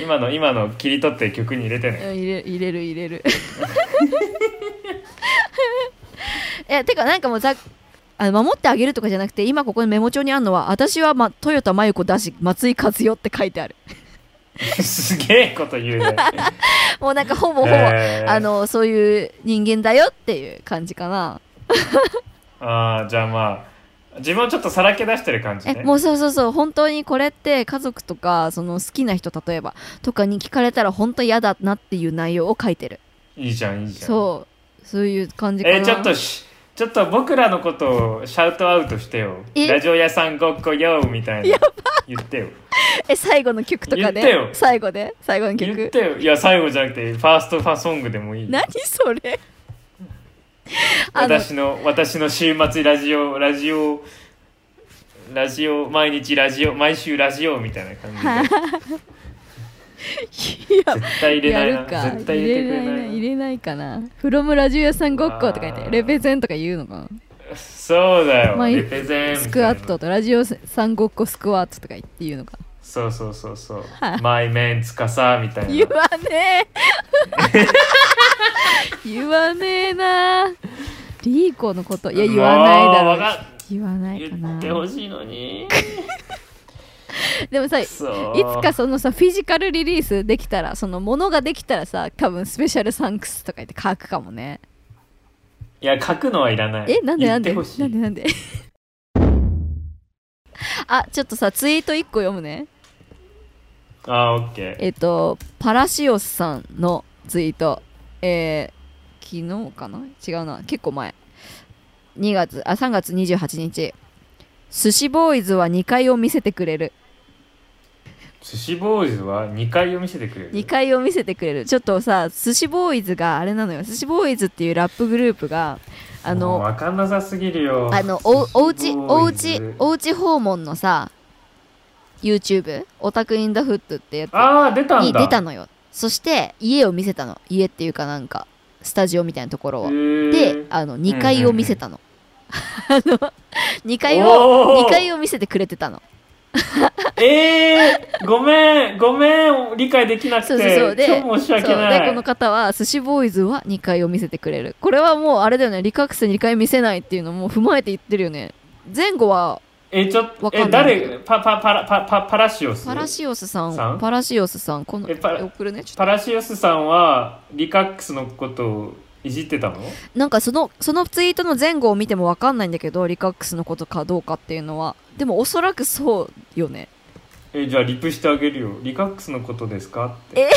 今の今の切り取って曲に入れて
[laughs]
ね
うん入れ入れる入れる [laughs] えてかなんかもうざあの守ってあげるとかじゃなくて今ここにメモ帳にあるのは私は、ま、豊田真由子だし松井和代って書いてある
すげえこと言うね
もうなんかほぼほぼ、
へー
あのそういう人間だよっていう感じかな、
ああじゃあまあ自分をちょっとさらけ出してる感じ
え
ね
もうそうそうそう本当にこれって家族とかその好きな人例えばとかに聞かれたら本当嫌だなっていう内容を書いてる
いいじゃんいいじゃん
そうそういう感じかな
えーちょっとしちょっと僕らのことをシャウトアウトしてよ
え
ラジオ屋さんごっこよみたいな言ってよ
え最後の曲とかで
言ってよ
最後で最後の曲
言ってよいや最後じゃなくてファーストファソングでもいい
何それあの
私の私の週末ラジオラジオラジオ毎日ラジオ毎週ラジオみたいな感じで
いや
絶対入れな
や
い
るか
な絶対入れてくれないな
入れないかな「フロムラジオ屋さんごっこ」とか言っ
あ
て「
ー
レペゼン」とか言うのか
そうだよ、
まあ
レペゼンみ
な
たいな
スクワットとラジオさんごっこスクワットとか言って言うのか
そうそうそうそう
はい
マイメンつかさみたいな
言わね
[laughs]
え言わねえなリーコのこといや言わないだ
もう
ろう
わか
言わないか
言
な
ってほしいのに
でもさいつ
そう
かそのさフィジカルリリースできたらそのものができたらさ多分スペシャルサンクスとか言って書くかもね
いや書くのはいらない
えなんでなんで
言
な
ってほしい
んでなんで [laughs] あちょっとさツイート1個読むね
あーオッケー
えっ、とパラシオスさんのツイートえー昨日かな違うな結構前2月あ3月28日寿司ボーイズは2階を見せてくれる
寿司ボーイズは2階を見せてくれる
2階を見せてくれるちょっとさ寿司ボーイズがあれなのよ寿司ボーイズっていうラップグループがあ
もう
の
わかんなさすぎるよ
あのおおう
寿
ち
司
お
ボー
う
イズ
ちおうち訪問のさ YouTube「オタクインダフット」ってやつ
ああ出たん
に
だ
出たのよそして家を見せたの家っていうかなんかスタジオみたいなところをであの2階を見せたのあの2階を
おー
2階を見せてくれてたの
えー、ごめん、ごめん、理解できなくて。
そうそうそうで
超申し訳
そう
な
で
い。
この方は「寿司ボーイズは2回を見せてくれる」これはもうあれだよねリカックス2回見せないっていうのも踏まえて言ってるよね前後は
え、ちょっ
わ
と、
か
え、
んない
誰パ、パ、パラ、パ、パ、パラシオス
パラシオスさん
さん
パラシオスさんこの
えパラ
送るねちょっ
パラシオスさんは、リカックスのことをいじってたの
となんかそのそのツイートの前後を見ても分かんないんだけどリカックスのことかどうかっていうのはでもおそらくそうよね
え、じゃあリプしてあげるよ。リカックスのことですかって。
え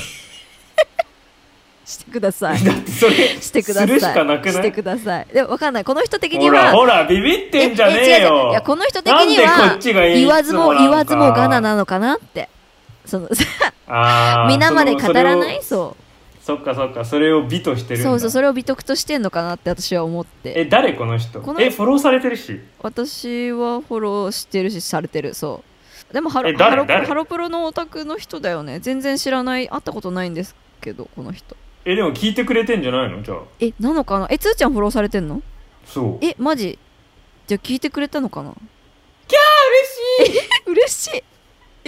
してください
だってそれ、
してください
するしかなくない
してくださいでも分かんないこの人的に
ほ
は
ら、ほら、ビビってんじゃねえ
違う違う
よ。
いやこの人的には
なんでこっちがいい
言わずも言わずもガナ
な
なのかなってその
あー
皆まで語らない
そ
そ
のそれをそっかそっかそれを美として
う
るんだ
そうそうそれを美徳としてんのかなって私は思って
え誰この人
この人
えフォローされてるし
私はフォローしてるしされてるそうでもハロ
え誰
ハロプ
誰
ハロプロのオタクの人だよね全然知らない会ったことないんですけどこの人
えでも聞いてくれてんじゃないのじゃあ
えなのかなえつーちゃんフォローされてんの
そう
えマジじゃあ聞いてくれたのかな
嬉しい
嬉しい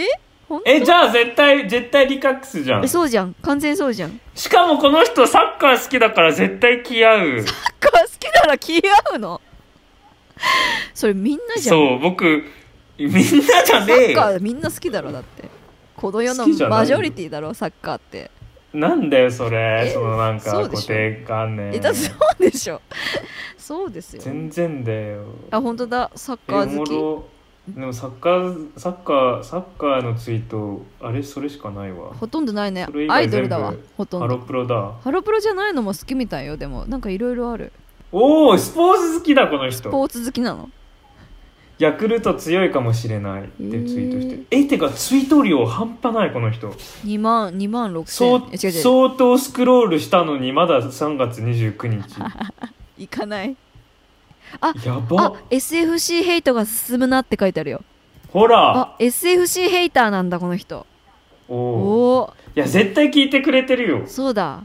え本当
えじゃあ絶対絶対リカックスじゃん
えそうじゃん完全そうじゃん
しかもこの人サッカー好きだから絶対気合う
サッカー好きなら気合う [laughs] のそれみんなじゃん
そう僕みんなじゃ
サ
ねえ
ッカ
よ
ーみんな好きだろだってこの世の
好きじゃない
マジョリティだろサッカーって
なんだよそれ
え
そのなん
そ
か
うでしょ
固定観念
えだそうでしょそうですよ
全然だよ
あ本当だサッ
え
カ
お
ー好
も
き
ろでもサッカーサッカーサッカーのツイートあれそれしかないわ
ほとんどないね
それ以外
アイドルだわ
全部
ほと
ハ
ん
ロ
ど
プロだ
ハロプロじゃないのも好きみたいよでもなんかいろいろある
おおスポーツ好きだこの
ス
人
ポーツ好きなの
ヤクルト強いかもしれないってツイートし
へ
て
ー
るえてかツイート量半端ないこの人
2万2万6千
そう
え違う違う
相当スクロールしたのにまだ3月29日
[laughs] いかない
や
あ
ば
SFC ヘイトが進むなって書いてあるよ
ほ
あ
ら
SFC ヘイターなんだこの人
おお
おお
いや絶対聞いてくれてるよ
そうだ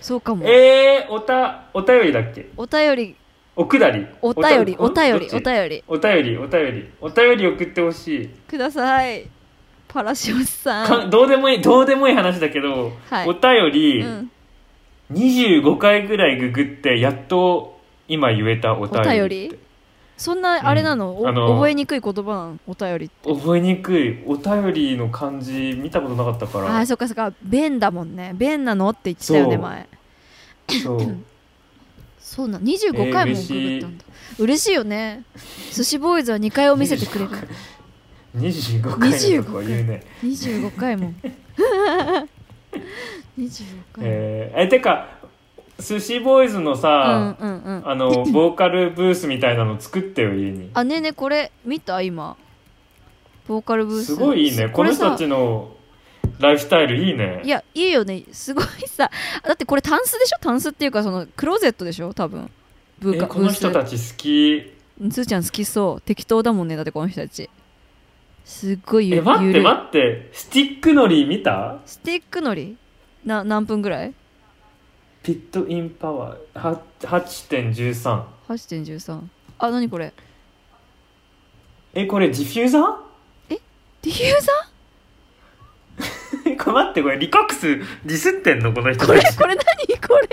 そうかも
えー、おたお便りだっけ
お便り
おくだり
お便りお便りお
り
便り
お便りお便りお便り送ってほしい
くださいパラシオスさ
か
ん
どうでもいいどうでもいい話だけど、
はい
お便り、
うん、
25回ぐらいググってやっと今言えたお便り
お便りそんなあれなの、
うん
お
あの
覚えにくい言葉なのお便りって
覚えにくいお便りの漢字見たことなかったか
あ
ら
あそっかそっか便だもんね便なのって言ってたよね
そう
前
そう
[laughs] そうな25回も
えー嬉
送
しい
ったんだ、嬉しいよね寿司ボーイズは2回を見せてくれる
25回のとこ言うね
25回も
[laughs]
25回も、
えーえてか寿司ボーイズのさ、
うんうんうん [laughs]
あのボーカルブースみたいなの作ってよ家に
あねえねえこれ見た今ボーカルブース
すごいいいねこの
れさ
人たちのライフスタイルいいね
いやいいよねすごいさだってこれタンスでしょタンスっていうかそのクローゼットでしょ多分ブー
え
カ
この人た
ち
ち好き
つーちゃん好きそう適当だもんねだってこの人たちすっごいゆ
え待っ
ゆ
て
るい
待ってスティックのり見た
スティックのりな何分ぐらい
ピットインパワーは8.13
?8.13 あ何これ
えこれディフューザー [laughs]
ディフューザ
えこれ待ってこれリカックスディスってんのこの人
ーこれ
た
[laughs]
ち
これ何これ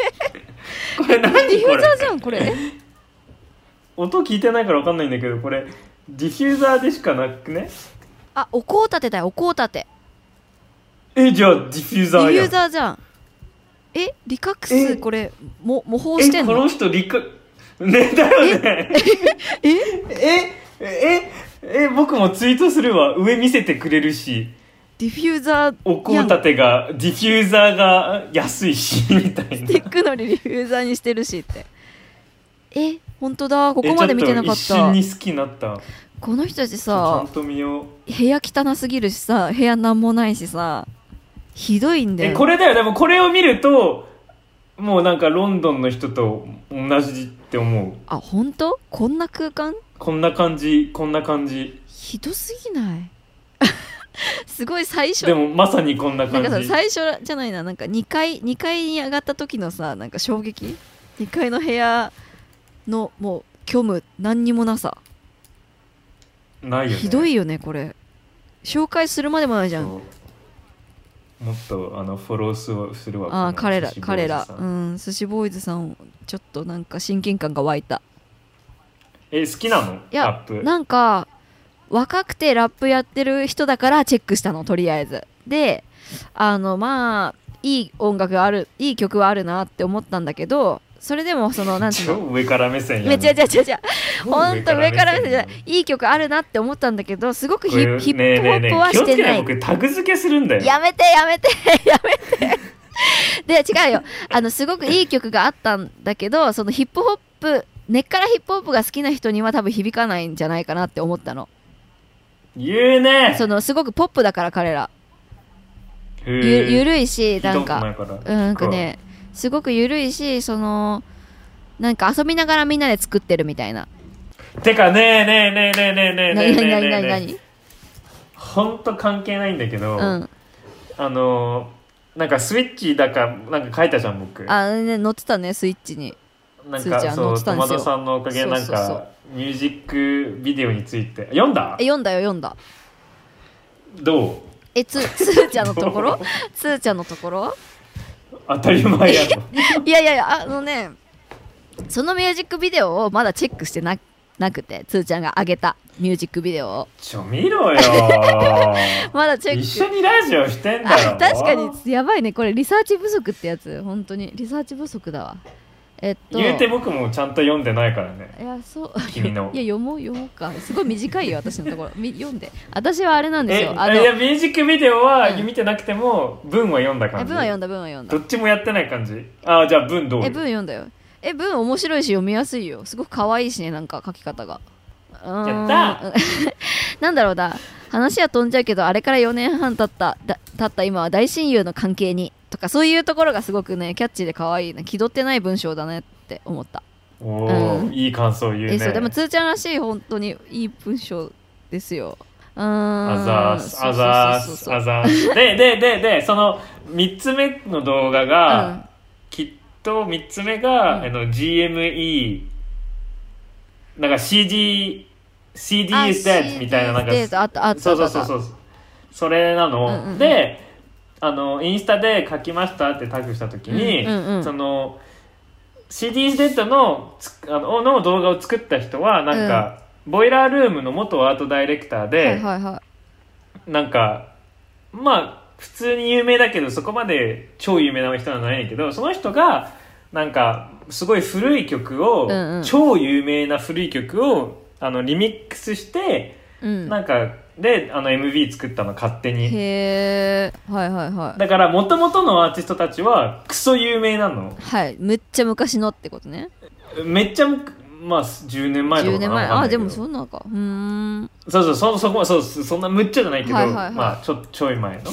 これ [laughs] 何これ
ディフューザーじゃんこれえ
音聞いてないから分かんないんだけどこれディフューザーでしかなくね
あお香立てだよお香立て
えじゃあディフュー
デ
ザ
ィ
ー
フュ
や
ーザーじゃんえリカックス
え
これも模倣して
え
ん
こ
の
の人リカ [laughs] ねだよね
え [laughs]
ええええ僕もツイートするわ上見せてくれるし
ディフューザー
お香立てがディフューザーが安いしみたい
ス
な
ティックのりリフューザーにしてるしってえ本当だここまで見てなかっ
えちょと
た
一瞬に好きになった
この人たち
ちゃ
さ
んと見よう
部屋汚すぎるしさ部屋なんもないしさひどいんだ
え
よ
これだよでもこれを見るともうなんかロンドンの人と同じって思う
あ本当こんな空間
こんな感じこんな感じ
ひどすぎない [laughs] すごい最初
でもまさにこんな
なん
感
かさ
じ
最初じゃないななんか2階2階に上がった時のさなんか衝撃2階の部屋のもう虚無何にもなさ
ないよね
ひどいよねこれ紹介するまでもないじゃん
そうもっとあのフォローするするわ
ああー彼ら彼らう
うん、
ん寿司ボーイズさんちょっとなんか親近感が湧いた
え好きなの
い
ラ
や
ップ
なんか若くてラップやってる人だからチェックしたのとりあえずであのまあいい音楽があるいい曲はあるなって思ったんだけどそれでもそのなんていう
超
の
上から目線や
めちゃ違う違う違うほんと上から目線じゃない
い
いい曲あるなって思ったんだけどすごく
ヒ
ヒッヒップホップは
気
し
をつ
て
け
な
ないい僕タグ付けするんだよ
やめてやめて [laughs] やめてで違うよあのすごくいい曲があったんだけどそのヒップホップ根っからヒップホップが好きな人には多分響かないんじゃないかなって思ったの
言うね
そのすごくポップだから彼ら
ゆ
ゆゆるいしなん
聞
か
いたことな
う
い
ん
ら
なんかねすごくゆるいしそのなんか遊びながらみんなで作ってるみたいな
てかねえねえねえねえねえねえね
何
えね
何
えね
何 [laughs]
え
何
ねえ
何
ほんと関係ないんだけど、
うん
あのーなんかスイッチだかなんか書いたじゃん僕
あね乗ってたねスイッチに
なん
スイッチ
か
あ載っ
そう
てた
ト
んで
マ
すよ
トさんのおかげでなん
そうそうそ
かミュージックビデオについて読んだ
え読んだよ読んだ
どう
えつ [laughs] つーちゃんのとこ
[laughs]
ろつーちゃんのところ
当たり前やろ
いやいやいやあのねそのミュージックビデオをまだチェックしてななくてつーちゃんが上げたミュージックビデオを
ちょ
[laughs]
見ろよ
まだチェック
一緒にラジオしてんだ
あ
よ
[laughs] 確かにやばいねこれリサーチ不足ってやつ本当にリサーチ不足だわえっと
言うて僕もちゃんと読んでないからね
いやそう [laughs]
君の
いや読もう読もうかすごい短いよ私のところみ読んで私はあれなんです
え
よあの
いやミュージックビデオは
うん
見てなくても文は読んだ感
え
じ
文は読んだ文は読んだ
どっちもやってない感じああじゃあ文どう
え文読んだよえ文面白いし読みやすいよすごく可愛いしねなんか書き方がうーん
やった
うん [laughs] なんだろうな話は飛んじゃうけどあれから4年半経っただ経った今は大親友の関係にとかそういうところがすごくねキャッチーで可愛いな気取ってない文章だねって思った
おお、
うん
いい感想言うね
えそうでもつーちゃんらしい本当にいい文章ですようーん
あざーす、あざーす、あ
ざ
ざーす。で、で、で、で、その3つ目の動画が、
うん
きっと3つ目
う
が、
ん
あの GME、なんか CD、CD is dead みたいな、なんか、
あったあった
そうそうそう
う
そう。それなの。
うんうんうん
で、あの、インスタで書きましたってタグした時に、
うんうんうん
その、CD デッドのつあのの動画を作った人は、なんか、ボイラールームの元アートダイレクターで、
はいはいはい
なんかまあ普通に有名だけどそこまで超有名な人なんじゃないんだけどその人がなんかすごい古い曲を、
うんうん
超有名な古い曲をあのリミックスして、
うん
なんかであの MV 作ったの勝手に
へえはいはいはい
だから元々のアーティストたちはクソ有名なの
はいむっちゃ昔のってことね
めっちゃまあ10年前と
10
かか
年
な
前
わかん
あ
ない
で
けど
もそんなのかうーん
そうそうそそこそうそうそんなむっちゃじゃないけど、
はいはいはい
まあちょちょい前の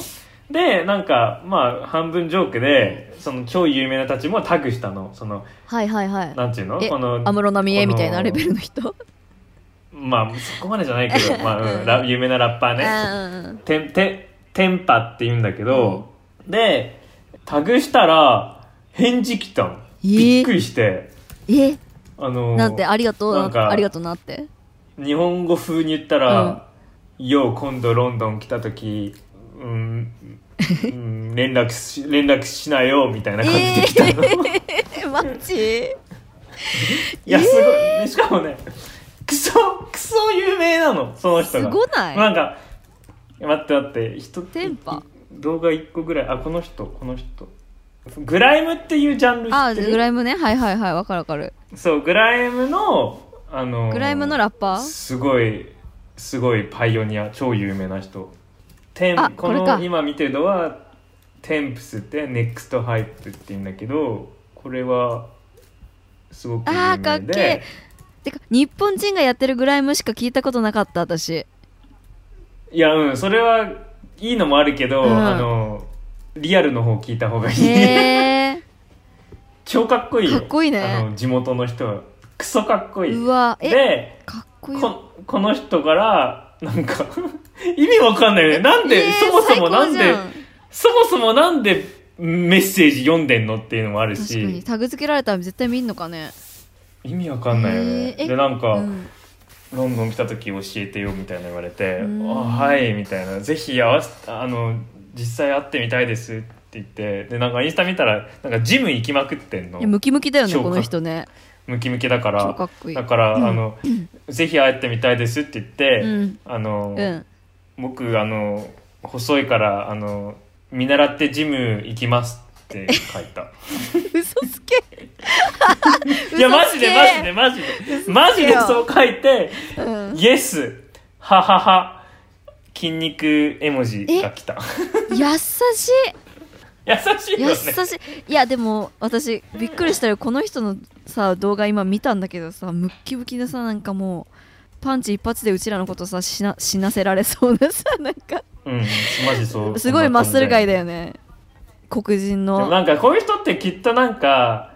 でなんかまあ半分ジョークでその超有名なたちもタグしたのその
はいはいはい
なんていうの
え
この
安室奈美恵みたいなレベ
ル
ルの人
まあそこまでじゃないけ
[laughs]
ど、まあうん、ラ有名なラッパー
う
ね
んうんうん
テンテテンパって言うんだけど、でタグしたら返事来たの
えー
びっくりして、
え
あの
なんてありがとう
なんか
ありがとうなって
日本語風に言ったら「よう今度ロンドン来た時うん、うん、連絡し連絡しなよ」みたいな感じで来たの、い
えマジ
やすご [laughs] い、ねしかもねクソクソ有名なのその人が
すごない
なんか待って待って人
テンパ
動画1個ぐらいあこの人この人グライムっていうジャンル
あ
知って
グラ
る
イムねはいはいはいわかるわかる
そうグライムのあの
グライムのラッパー
すごいすごいパイオニア超有名な人テン
あ
こ
これか
の今見てるのはテンプスってネクストハイプって言うんだけどこれはすごく有名で
あーかっけえてか日本人がやってるグライムしか聞いたことなかった私
いやうんそれはいいのもあるけど、
うん
あのリアルの方聞いた方がいい、
へえ
[laughs] 超かっこいいよ
かっこいいね
あの地元の人はクソかっこいいう
わえ
で
かっこいい
ここの人からなんか [laughs] 意味わかんないよねなんで、
えー
そもそもなん
最
で
高じゃ
そもそもなんでメッセージ読んでんのっていうのもある
確かに
し
タグ付けられたら絶対見んのかね
意味わかんないよね、
えーえ
でなんか、
うん
ロンドン来た時教えてよみたいな言われて
う
「
ん
あはい」みたいな「ぜひ会わせあの実際会ってみたいです」って言ってでなんかインスタ見たらなんかジム行きまくってんの
いやムキムキだよね
超か
この人ね
ムキムキだか
超からっこいい
だから、あのぜひ会ってみたいですって言って、
うん
あの、
うん
僕あの細いからあの見習ってジム行きますって書いた
嘘つけ
[laughs] いやマ
嘘
ジ
つけ
でマジでマジでマジでそう書いて
うん
イエスははは筋肉絵文字が来た
優しい
優しいよ
優
ね
しいいやでも私びっくりしたよこの人のさ動画今見たんだけどさムッキムキでさなんかもうパンチ一発でうちらのことさ死な死なせられそうなさ [laughs] なんか
うんマジそう
すごいマッスル街だ
ね
よね黒人
でも
の
なんかこういう人ってきっとなんか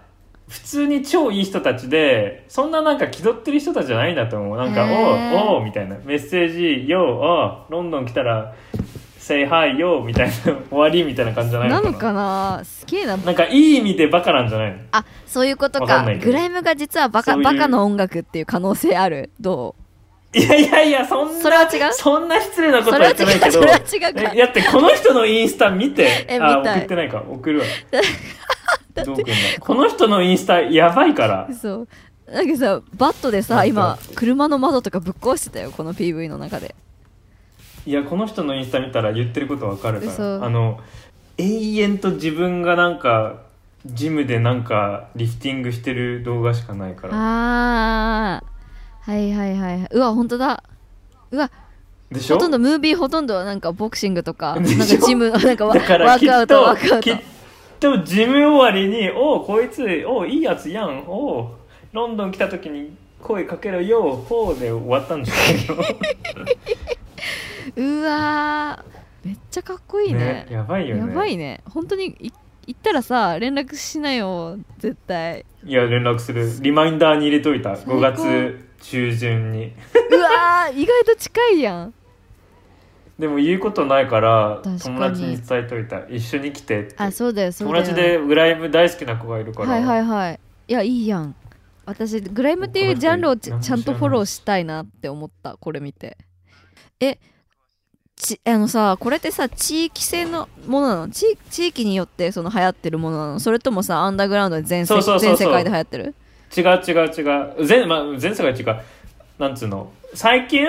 普通に超いい人たちでそんななんか気取ってる人たちじゃないんだと思うなんか「
へー
おうおう」みたいなメッセージ「ようあロンドン来たら「say hi よう」みたいな終わりみたいな感じじゃない
な
のかな
のかなすげえな
なんかいい意味でバカなんじゃないの
あそういうこと
わか
か
んないけど
グライムが実はバカ
そういう
バカの音楽っていう可能性あるど
いやいやいやそんな
それは違うん
な失礼なことは言ってないけど
それ [laughs] は違うそれは違うか
えだってこの人のインスタ見て
え
あ
見たい
送ってないか
[laughs]
送るわどうくんだこの人のインスタやばいから
うそうなんかさバットで
バッ
さ
ト
今車の窓とかぶっ壊してたよこの PV の中で
いやこの人のインスタ見たら言ってることわかるから
嘘
あの永遠と自分がなんかジムでなんかリフティングしてる動画しかないから
あーはいはいはいはいうわ本当だうわ
でしょ
ほとんどムービーほとんどはなんかボクシングとかなん
でしょ
かジム [laughs] なんかワ
だから
ワー
きっ
クアウト
と
ワークアウ
きっ
ト
とジム終わりに「おうこいつおういいやつやんおうロンドン来た時に声かけろよほう」で終わったんじゃな
うわーめっちゃかっ [laughs] こい
い
い
の
ね
やばいよね
やばいね本当にい行ったらさ連絡しなよ絶対
[laughs] いや連絡するリマインダーに入れといた5月中旬に
うわー意外と近いやん
でも言うことないから
確かに
友達に伝えといた一緒に来てって
あそうだよそう
友
だよ
達でグライム大好きな子がいるから、
はいはいはいいやいいやん私グライムっていうジャンルをち
この人
ちゃんとフォローしたいなって思ったこれ見てえちあのさこれってさ地域性のものなの地地域によってその流行ってるものなのそれともさアンダーグラウンドで全世
そうそうそうそう
全世界で流行ってる
違う違う違う全,、まあ、全世界違うなんつうの最近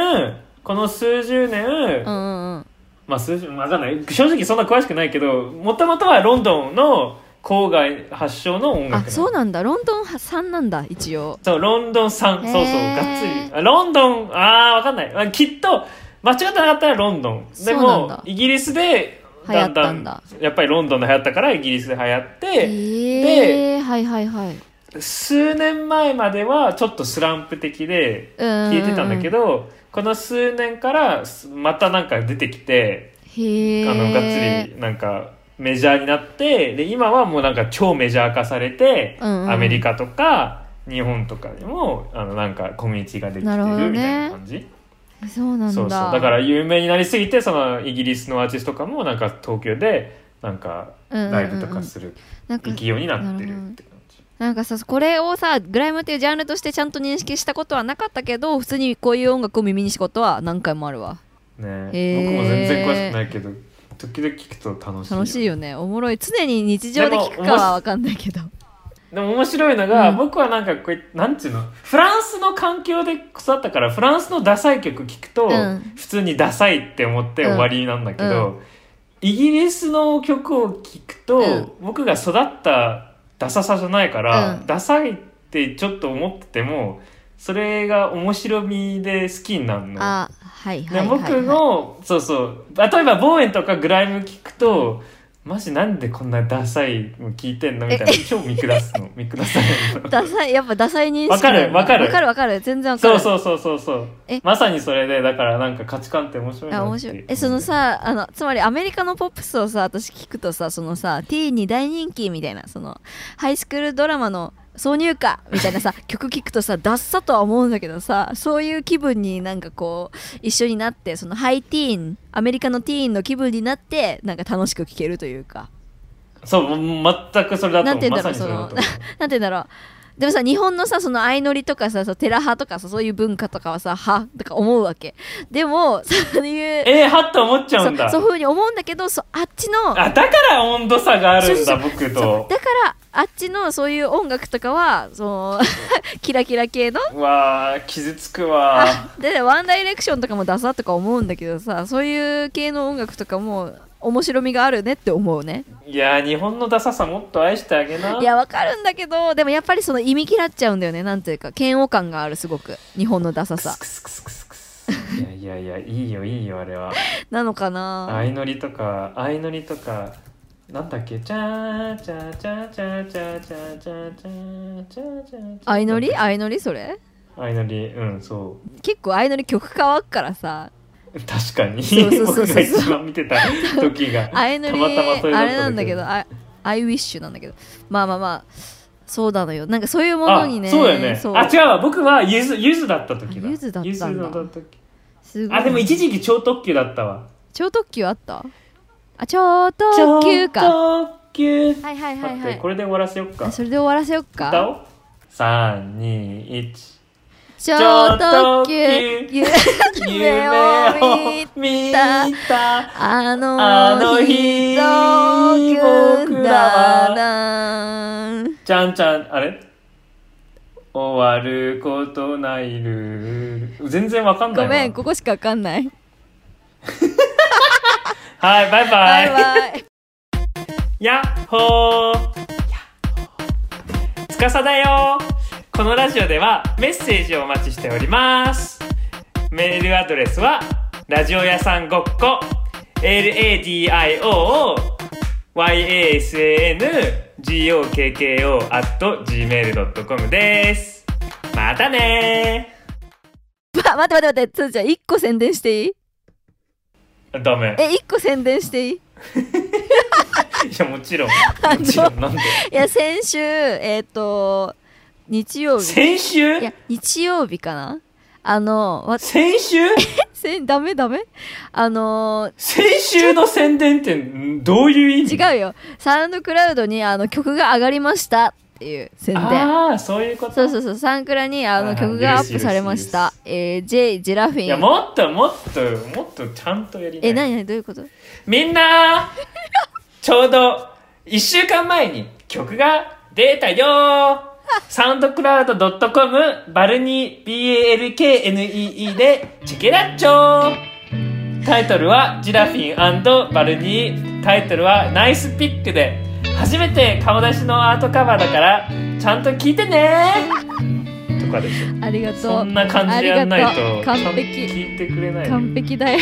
この数十年、
うんうんうん
まあ数十わかんない正直そんな詳しくないけどもともとはロンドンの郊外発祥の音楽な
あ
の
そうなんだロンドン3なんだ一応
そうロンドン産そうそう
へー
がっつりあロンドンあーわかんないあきっと間違ってなかったらロンドンで
そうなん
も
だ
イギリスでだんだん
流行っ
やっぱりロンドンで流行ったからイギリスで流行って、
えー、はいはいはい
数年前まではちょっとスランプ的で
消
消えてたんだけ
ど
ど、この数年からすまたなんか出てきて、
へえ
あのがっつりなんかメジャーになってで今はもうなんか超メジャー化されて、
うんうん
アメリカとか日本とかでもあのなんかコミュニティができて
なるほどね
るみたいな感じ
そうなんだ
そうそうだから有名になりすぎてそのイギリスのアーティストとかもなんか東京でなんかライブとかする
なんか
勢いになってるって感じ。
なんかさこれをさグライムっていうジャンルとしてちゃんと認識したことはなかったけど普通にこういう音楽を耳にしたことは何回もあるわ
ね、
へー
僕も全然詳しくないけど時々聞くと楽しいよ
楽しいよねおもろい常に日常で聞くかは分かんないけど
でも面白いのが、
うん
僕はなんかこれなんていうのフランスの環境で育ったからフランスのダサい曲聞くと、
うん
普通にダサいって思って終わりなんだけど、イギリスの曲を聞くと、
うん
僕が育ったダサさじゃないか
う
ら、
ん
ダサいってちょっと思っててもそれが面白みで好きになるの。
あはい
で
はいはい、
僕のそうそう例えばボーエンとかグライム聞くとマジなんでこんなダサいの聞いてんのみたいな超見下す
[laughs]
の見下されるの
ダサいやっぱダサい認識だよね
わかるわ
わ
か
か
る
るわかる全然わか
そ
る
うそうそうそうそう
え
まさにそれでだからなんか価値観って面白いなっ
あ
て
面白いえそのさあのつまりアメリカのポップスをさ私聞くとさそのさティーンに大人気みたいなそのハイスクールドラマの挿入歌みたいな
[laughs]
さ曲聞くとさダッサとは思うんだけどさそういう気分になんかこう一緒になってそのハイティーンアメリカのティーンの気分になってなんか楽しく聴けるというか
そうもう全くそれだと
なん
思
て
う
言う
ま
んだろう
さにそ
そ
れだ
の
と思う
なんて言うんだろうでもさ日本のさその相乗りとかさそうテラ派とかさそういう文化とかはさはとか思うわけでもそういう
えー、はっと思っちゃ
そ
うんだ
うそういうふうに思うんだけどそうあっちの
あだから温度差があるんだ
そう
僕
そう
と
だからあっちのそういう音楽とかはその [laughs] キラキラ系の
うわあ傷つくわ
[laughs] でワンダイレクションとかもダサとか思うんだけどさそういう系の音楽とかも面白みがあるねって思うね
いやー日本のダサさもっと愛してあげない
やわかるんだけどでもやっぱりその意味嫌っちゃうんだよねなんていうか嫌悪感があるすごく日本のダサ
ク [laughs]
さ
スクスクスクスクスいやいやいやいいよいいよあれは
なのかな
相乗りとか相乗りとかなんだっけチャーチャーチャーチャーチャーチャーチャーチャーチャーチャーチャー
相乗り相乗りそれ
相乗りうんそ
結構相乗り曲変わっからさ
う確かに
そうそうそうそう
僕が一番見てた時が
相乗り
たまたまそれだ
あ
った
れなんだけどあアイウィッシュなんだけどまあまあまあそうなのよなんかそういうもの
あ
にね
そうだよね
そう
あ違うわ僕はゆずゆずだった時だ
あゆずだったんだ
ゆず時
すごい
あでも一時期超特急だったわ
超特急あったあ超特急か
超特急
はいはいはい
待
は
って
い
これで終わらせよっか
あそれで終わらせよっ
歌
か
おう321
超
超
特
特
急
急
夢を見
見
た
た
あの
あの
日
日
の
僕ら
だ
は
な
じゃんじゃんあれ終わることないルール全然わかんない
ご
わ
めんここしかわかんない
はいバイバ
バ
イ
イバイ
やっほーつかさだよこのラジオではメッセージをお待ちしておりますメールアドレスはラジオ屋さんごっこ LADIOYASANGOKKO gmail.com ですまたね
ば待って待って待ってつーちゃん一個宣伝していい
ーダ [laughs] メ
え一個宣伝していいい
いやもちろんもちろんなんで
や先週えっ、と日曜日
先週
いや日曜日かなあのわ
先週
せんダメダメあの
先週の宣伝ってんどういう意味
ー違うよサウンドクラウドにあの曲が上がりましたっていう宣伝
ああそういうこと
そうそうそうサンクラにあ
はい
の
はい
曲がアップされましたえー J ジェラフ
いや
ィン
もっともっともっとちゃんとやりな
え
い
何何どういうこと
みんなちょうど1週間前に曲が出たよーサウンドクラウド .com バルニー BALKNEE でチェケラッチョータイトルはジラフィンバルニータイトルはナイスピックで初めて顔出しのアートカバーだからちゃんと聞いてねーとかです
ありがと
そ
うん
な感じでやんない
あり
と
がとう
ちゃ
完
んと
璧
聞いてくれない
完璧だよ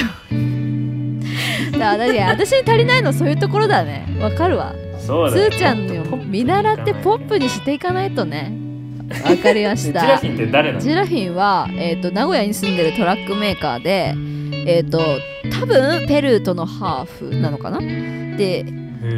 だからだって私に足りないのそういうところだねわかるわ
そう
つ
だよ
ーちゃんの見習ってポップにしていかないとねわかりま
[laughs] ジ
し
ラ
た
フィンって誰な
ジ
の
ェラフィンは、えー、と名古屋に住んでるトラックメーカーで、えー、と多分ペルーとのハーフなのかなで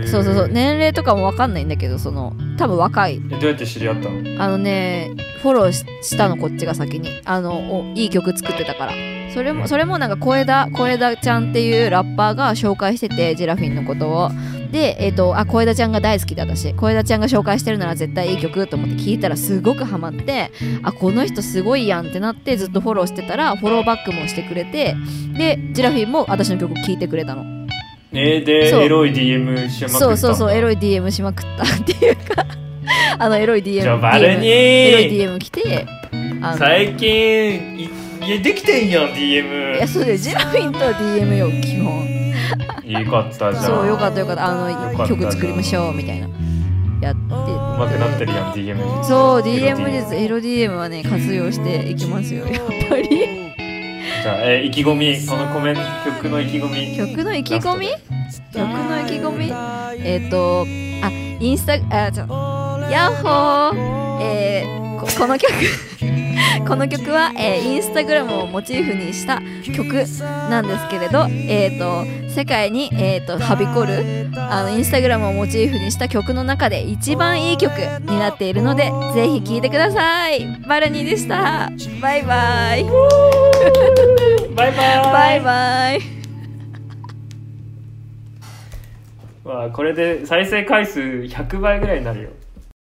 そうそうそう年齢とかもわかんないんだけどその多分若い
えどうやって知り合ったの
あのねフォローししたのこっちが先にあのおいい曲作ってたからそれもそれもなんか小枝小枝ちゃんっていうラッパーが紹介しててジェラフィンのことをでえっ、とあ小枝ちゃんが大好きだ私小枝ちゃんが紹介してるなら絶対いい曲と思って聞いたらすごくハマってあこの人すごいやんってなってずっとフォローしてたらフォローバックもしてくれてでジェラフィンも私の曲聴いてくれたの
えー、で
そう
エロい DM しまくった
そうそうそうエロ
い
い DM しまくったっていうか [laughs] あのエロい DM
じゃあバル
DM
ニ
エロい
ー
DM 来てあの
最近いいやできてんやん DM
いやそうだよジェラフィンと DM よ基本
よかったじゃん
そうよかったよかったあ
よか
の
った
曲作りましょうみたいなやって
うまくなってるやん DM 術
そう
エロ
DM 術エロ DM はね活用していきますよやっぱり
じゃあ、えー意気込みこのコメント曲の意気込み
曲の意気込み
ラ
曲の意気込みえっ、とあインスタあちょヤッホーえーここの曲 [laughs] この曲は、えーインスタグラムをモチーフにした曲なんですけれど、えー、と世界に、えー、とはびこるあのインスタグラムをモチーフにした曲の中で一番いい曲になっているのでぜひ聴いてくださいバルニーでしたバイバイ
バイバイ
[laughs] バイバイ
わあこれで再生回数100倍ぐらいになるよ